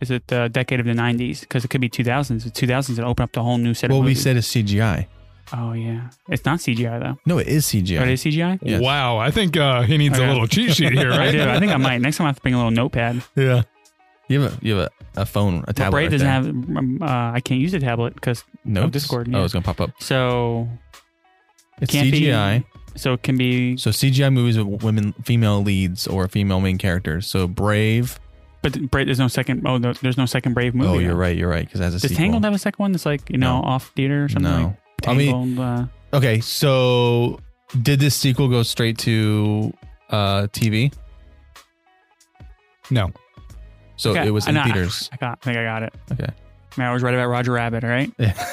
[SPEAKER 2] is it the decade of the '90s? Because it could be 2000s. The 2000s it open up the whole new set.
[SPEAKER 3] well,
[SPEAKER 2] of
[SPEAKER 3] we
[SPEAKER 2] movies.
[SPEAKER 3] said it's CGI.
[SPEAKER 2] Oh yeah, it's not CGI though.
[SPEAKER 3] No, it is CGI.
[SPEAKER 2] But it is CGI.
[SPEAKER 3] Yes.
[SPEAKER 4] Wow, I think uh, he needs
[SPEAKER 2] Okay.
[SPEAKER 4] a little cheat sheet here,
[SPEAKER 2] I
[SPEAKER 4] right?
[SPEAKER 2] do. I think I might. Next time I have to bring a little notepad.
[SPEAKER 3] Yeah. You have a you have a, a phone, a
[SPEAKER 2] But
[SPEAKER 3] tablet.
[SPEAKER 2] Brave
[SPEAKER 3] right
[SPEAKER 2] doesn't
[SPEAKER 3] there.
[SPEAKER 2] have. Um, uh, I can't use a tablet because
[SPEAKER 3] Notes?
[SPEAKER 2] Discord,
[SPEAKER 3] Oh,
[SPEAKER 2] yeah.
[SPEAKER 3] it's gonna pop up.
[SPEAKER 2] so
[SPEAKER 3] It's
[SPEAKER 2] Can't be-
[SPEAKER 3] CGI.
[SPEAKER 2] so it can be.
[SPEAKER 3] So CGI movies with women, female leads or female main characters. So Brave.
[SPEAKER 2] But Brave, there's no second. Oh, no, there's no second Brave movie.
[SPEAKER 3] oh, you're
[SPEAKER 2] though.
[SPEAKER 3] right. You're right. Because that's a
[SPEAKER 2] Does
[SPEAKER 3] sequel.
[SPEAKER 2] Tangled have a second one that's like you know
[SPEAKER 3] No.
[SPEAKER 2] off theater or something?
[SPEAKER 3] No.
[SPEAKER 2] Like
[SPEAKER 3] I mean-
[SPEAKER 2] Tangled. uh,
[SPEAKER 3] okay, so did this sequel go straight to uh, TV?
[SPEAKER 4] No.
[SPEAKER 3] So
[SPEAKER 2] okay,
[SPEAKER 3] oh,
[SPEAKER 2] Uh,
[SPEAKER 3] it was
[SPEAKER 2] I
[SPEAKER 3] in
[SPEAKER 2] know, I-
[SPEAKER 3] theaters.
[SPEAKER 2] I, got. I think I got it.
[SPEAKER 3] Okay.
[SPEAKER 2] Man, I was right about Roger Rabbit. All right.
[SPEAKER 3] Wait,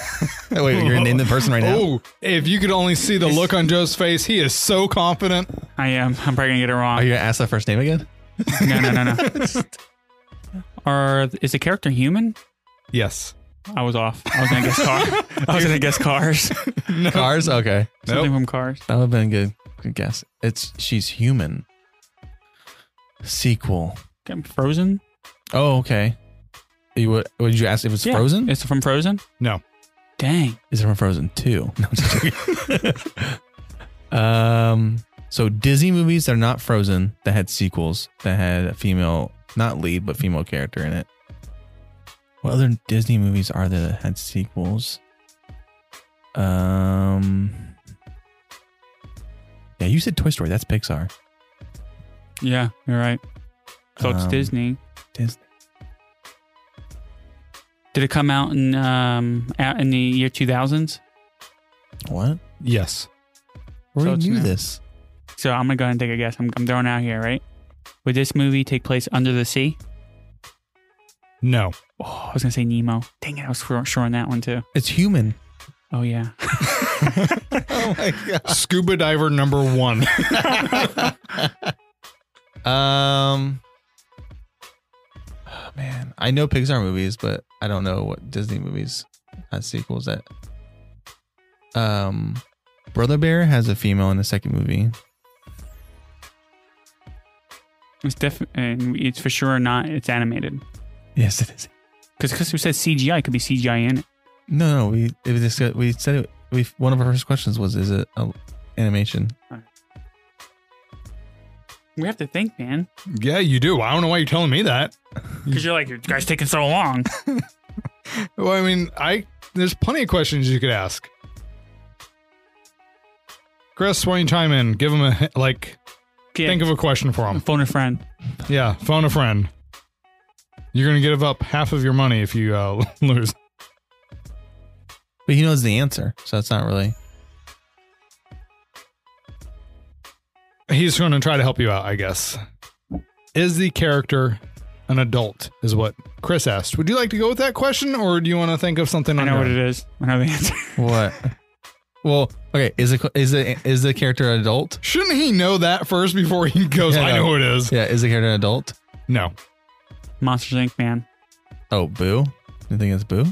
[SPEAKER 3] you're gonna name the person right now.
[SPEAKER 4] Oh, if you could only see the look on Joe's face, he is so confident.
[SPEAKER 2] I am. I'm probably gonna get it
[SPEAKER 3] Are
[SPEAKER 2] wrong.
[SPEAKER 3] you gonna ask that first name again?
[SPEAKER 2] No, no, no, no. Are is the character human?
[SPEAKER 4] Yes.
[SPEAKER 2] I was off. I was gonna guess car. I was gonna guess cars.
[SPEAKER 3] Cars. Okay,
[SPEAKER 2] Something from Cars.
[SPEAKER 3] that would have been a good, good guess. It's she's human. Sequel.
[SPEAKER 2] Okay, Frozen.
[SPEAKER 3] Oh, okay. You would, would you ask if it's
[SPEAKER 2] Yeah.
[SPEAKER 3] Frozen?
[SPEAKER 2] It's from Frozen.
[SPEAKER 4] No.
[SPEAKER 2] Dang.
[SPEAKER 3] Is it from Frozen Two? No, I'm just joking. um, so Disney movies that are not Frozen that had sequels that had a female, not lead but female character in it. What other Disney movies are there that had sequels? Um, yeah, you said Toy Story. That's Pixar.
[SPEAKER 2] Yeah, you're right. So it's
[SPEAKER 3] Um,
[SPEAKER 2] Disney.
[SPEAKER 3] Disney.
[SPEAKER 2] Did it come out in um out in the year 2000s?
[SPEAKER 3] What?
[SPEAKER 4] Yes.
[SPEAKER 3] We
[SPEAKER 2] So it's
[SPEAKER 3] knew
[SPEAKER 2] new.
[SPEAKER 3] this.
[SPEAKER 2] So I'm gonna go ahead and take a guess. I'm, I'm throwing out here, right? Would this movie take place under the sea?
[SPEAKER 4] No.
[SPEAKER 2] Oh, I was gonna say Nemo. Dang it, I was sure, sure on that one too.
[SPEAKER 3] It's human.
[SPEAKER 2] Oh yeah.
[SPEAKER 4] Scuba diver number one.
[SPEAKER 3] Um, oh, man, I know Pixar movies, but I don't know what Disney movies has sequels that. Um, Brother Bear has a female in the second movie.
[SPEAKER 2] It's def- and it's for sure not. It's animated
[SPEAKER 3] Yes, it is.
[SPEAKER 2] because because we said CGI it could be CGI in it.
[SPEAKER 3] No, no, we it was just, we said it. We one of our first questions was, is it a animation?
[SPEAKER 2] We have to think, man.
[SPEAKER 4] yeah, you do. I don't know why you're telling me that.
[SPEAKER 2] Because you're like, you guys taking so long.
[SPEAKER 4] Well, I mean, I there's plenty of questions you could ask. Chris, why don't you chime in? Give him a he- like.
[SPEAKER 2] Yeah.
[SPEAKER 4] Think of a question for him.
[SPEAKER 2] phone a friend.
[SPEAKER 4] Yeah, phone a friend. You're gonna give up half of your money if you uh, lose.
[SPEAKER 3] But he knows the answer, so that's not really.
[SPEAKER 4] He's gonna try to help you out, I guess. Is the character an adult? Is what Chris asked. Would you like to go with that question, or do you want to think of something?
[SPEAKER 2] I
[SPEAKER 4] on
[SPEAKER 2] know
[SPEAKER 4] your
[SPEAKER 2] what
[SPEAKER 4] own?
[SPEAKER 2] it is. I know the answer.
[SPEAKER 3] What? well, okay. Is it is it is the character an adult?
[SPEAKER 4] Shouldn't he know that first before he goes?
[SPEAKER 3] Yeah,
[SPEAKER 4] I
[SPEAKER 3] no.
[SPEAKER 4] know what it is.
[SPEAKER 3] Yeah, is the character an adult?
[SPEAKER 4] No,
[SPEAKER 2] Monsters Inc. Man,
[SPEAKER 3] Oh, Boo. You think it's Boo?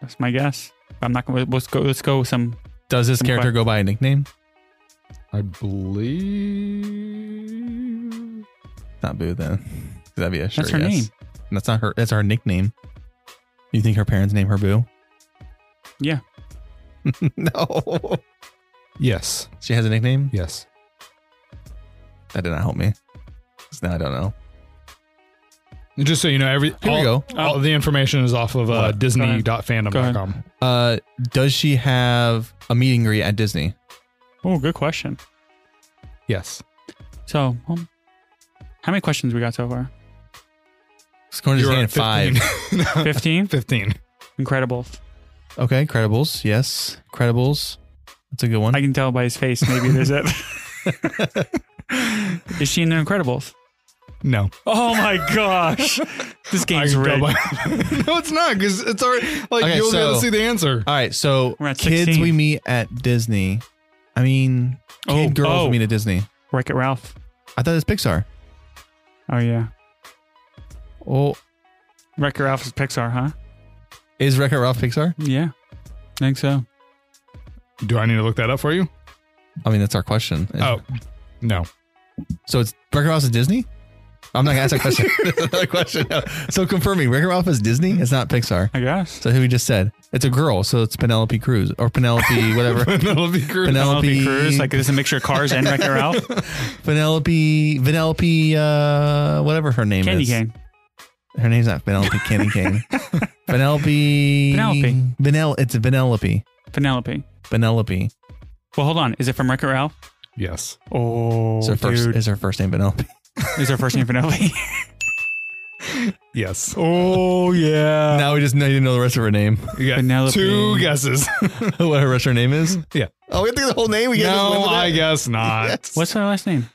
[SPEAKER 2] that's my guess. I'm not gonna. Let's go. Let's go with some.
[SPEAKER 3] Does this
[SPEAKER 2] Some
[SPEAKER 3] character
[SPEAKER 2] que-
[SPEAKER 3] go by a nickname?
[SPEAKER 4] I believe.
[SPEAKER 3] Not Boo then. 'Cause That'd be a sure
[SPEAKER 2] That's her
[SPEAKER 3] yes.
[SPEAKER 2] name.
[SPEAKER 3] That's not her. That's her nickname. You think her parents name her Boo?
[SPEAKER 2] Yeah.
[SPEAKER 3] no.
[SPEAKER 4] Yes,
[SPEAKER 3] She has a nickname.
[SPEAKER 4] yes.
[SPEAKER 3] That did not help me. 'Cause now I don't know.
[SPEAKER 4] And Just so you know, every
[SPEAKER 3] Here we
[SPEAKER 4] all-
[SPEAKER 3] go.
[SPEAKER 4] all the information is off of uh,
[SPEAKER 3] What?
[SPEAKER 2] Go
[SPEAKER 4] Disney.fandom.com.
[SPEAKER 3] Uh, does she have a meet and greet at Disney?
[SPEAKER 2] Oh, good question.
[SPEAKER 4] Yes.
[SPEAKER 2] So, um, how many questions we got so far?
[SPEAKER 3] Scorn is
[SPEAKER 4] You're
[SPEAKER 3] hand
[SPEAKER 4] at
[SPEAKER 3] five.
[SPEAKER 4] 15.
[SPEAKER 2] Fifteen.
[SPEAKER 4] 15.
[SPEAKER 2] Incredibles.
[SPEAKER 3] Okay, Credibles. Yes, Credibles. That's a good one.
[SPEAKER 2] I can tell by his face. Maybe there's that. Is she in the Incredibles?
[SPEAKER 4] No.
[SPEAKER 2] Oh my gosh, this game's rigged.
[SPEAKER 4] no, it's not because it's already like
[SPEAKER 3] Okay,
[SPEAKER 4] you'll be able to
[SPEAKER 3] so-
[SPEAKER 4] see the answer.
[SPEAKER 3] All right, so
[SPEAKER 2] We're at
[SPEAKER 3] kids
[SPEAKER 2] 16.
[SPEAKER 3] we meet at Disney. I mean,
[SPEAKER 2] Oh,
[SPEAKER 3] kid girls
[SPEAKER 2] oh.
[SPEAKER 3] we meet at Disney.
[SPEAKER 2] Wreck It Ralph.
[SPEAKER 3] I thought it's Pixar.
[SPEAKER 2] Oh yeah,
[SPEAKER 3] Oh,
[SPEAKER 2] Wreck It Ralph is Pixar, huh?
[SPEAKER 3] is Wreck-It Ralph Pixar?
[SPEAKER 2] Yeah, I think so.
[SPEAKER 4] Do I need to look that up for you?
[SPEAKER 3] I mean, that's our question.
[SPEAKER 4] Oh, no.
[SPEAKER 3] so it's Wreck-It Ralph is Disney? I'm not gonna ask that question. That's another question. No. So confirming, Wreck-It Ralph is Disney. It's not Pixar.
[SPEAKER 2] I guess.
[SPEAKER 3] So who we just said it's a girl. So it's Penelope Cruz or Penelope whatever.
[SPEAKER 4] Penelope Cruz.
[SPEAKER 3] Penelope,
[SPEAKER 2] Penelope Cruz, like there's a mixture of Cars and Wreck It Ralph.
[SPEAKER 3] Penelope, Penelope, uh, whatever her name
[SPEAKER 2] Candy
[SPEAKER 3] is.
[SPEAKER 2] cane.
[SPEAKER 3] Her name's not Penelope Candy Cane. Penelope.
[SPEAKER 2] Penelope.
[SPEAKER 3] Vanel. It's a Penelope.
[SPEAKER 2] Penelope.
[SPEAKER 3] Penelope.
[SPEAKER 2] Well, hold on. Is it from Wreck It Ralph?
[SPEAKER 4] Yes.
[SPEAKER 2] Oh,
[SPEAKER 3] Is her first
[SPEAKER 2] dude.
[SPEAKER 3] is her first name Penelope.
[SPEAKER 2] Is her first name Penelope?
[SPEAKER 4] Yes.
[SPEAKER 2] oh yeah.
[SPEAKER 3] now we just know you know the rest of her name.
[SPEAKER 4] You got
[SPEAKER 2] Penelope.
[SPEAKER 4] two guesses.
[SPEAKER 3] what her rest of her name is?
[SPEAKER 4] Yeah.
[SPEAKER 3] Oh, we have to get the whole name. We can't just win
[SPEAKER 4] no,
[SPEAKER 3] with
[SPEAKER 4] I
[SPEAKER 3] it?
[SPEAKER 4] guess not.
[SPEAKER 3] Yes.
[SPEAKER 2] What's her last name?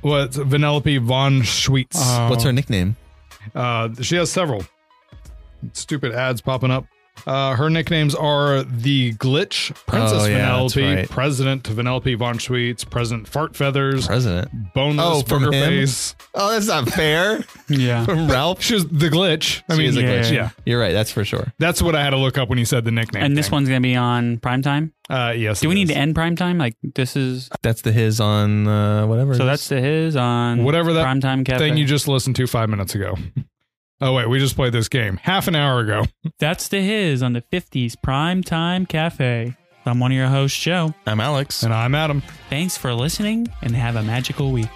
[SPEAKER 4] What's Penelope von Schweetz?
[SPEAKER 3] What's her nickname?
[SPEAKER 4] Uh, she has several stupid ads popping up. Uh, her nicknames are the Glitch, Princess
[SPEAKER 3] Oh, yeah, that's
[SPEAKER 4] Penelope,
[SPEAKER 3] right.
[SPEAKER 4] President Penelope von Schweetz, President Fart Feathers,
[SPEAKER 3] President.
[SPEAKER 4] Boneless
[SPEAKER 3] Oh, from him?
[SPEAKER 4] Burgerface.
[SPEAKER 3] Oh, that's not fair.
[SPEAKER 2] Yeah.
[SPEAKER 3] From Ralph.
[SPEAKER 4] She was the Glitch. I
[SPEAKER 3] She
[SPEAKER 4] mean,
[SPEAKER 3] is a
[SPEAKER 2] yeah.
[SPEAKER 3] glitch.
[SPEAKER 4] yeah.
[SPEAKER 3] You're right. That's for sure.
[SPEAKER 4] That's what I had to look up when you said the nickname.
[SPEAKER 2] And this
[SPEAKER 4] thing.
[SPEAKER 2] one's gonna be on prime time.
[SPEAKER 4] uh, yes.
[SPEAKER 2] Do we
[SPEAKER 4] it
[SPEAKER 2] need
[SPEAKER 4] is.
[SPEAKER 2] to end prime time? Like this is
[SPEAKER 3] That's the his on uh, whatever.
[SPEAKER 2] so
[SPEAKER 3] it
[SPEAKER 2] that's
[SPEAKER 3] is.
[SPEAKER 2] the his on
[SPEAKER 4] Whatever that
[SPEAKER 2] prime time cafe.
[SPEAKER 4] thing you just listened to five minutes ago? Oh wait, we just played this game half an hour ago.
[SPEAKER 2] That's the his on the fifties prime time cafe. I'm one of your hosts, Joe.
[SPEAKER 3] I'm Alex.
[SPEAKER 4] And I'm Adam.
[SPEAKER 2] Thanks for listening, and have a magical week.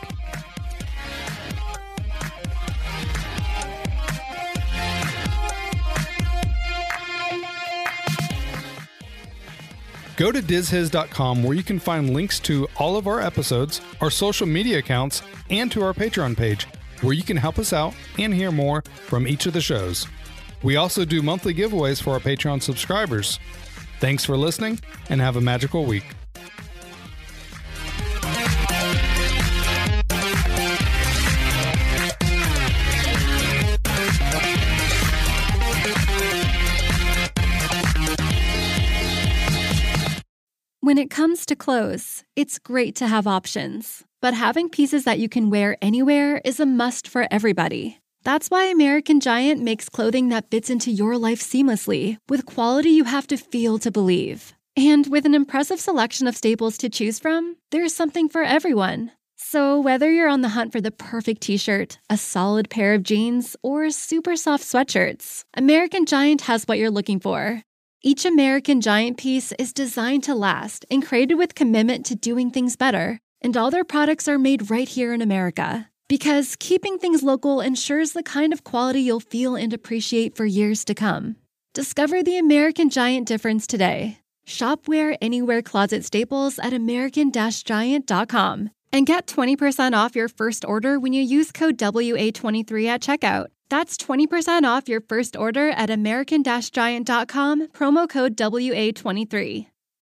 [SPEAKER 4] Go to dizhiz.com where you can find links to all of our episodes, our social media accounts, and to our Patreon page, where you can help us out and hear more from each of the shows. We also do monthly giveaways for our Patreon subscribers. Thanks for listening and have a magical week.
[SPEAKER 8] When it comes to clothes, it's great to have options, but having pieces that you can wear anywhere is a must for everybody. That's why American Giant makes clothing that fits into your life seamlessly, with quality you have to feel to believe. And with an impressive selection of staples to choose from, there's something for everyone. So, whether you're on the hunt for the perfect t shirt, a solid pair of jeans, or super soft sweatshirts, American Giant has what you're looking for. Each American Giant piece is designed to last and created with commitment to doing things better. And all their products are made right here in America. Because keeping things local ensures the kind of quality you'll feel and appreciate for years to come. Discover the American Giant difference today. Shop wear anywhere closet staples at American Giant.com and get 20% off your first order when you use code WA23 at checkout. That's 20% off your first order at American Giant.com, promo code WA23.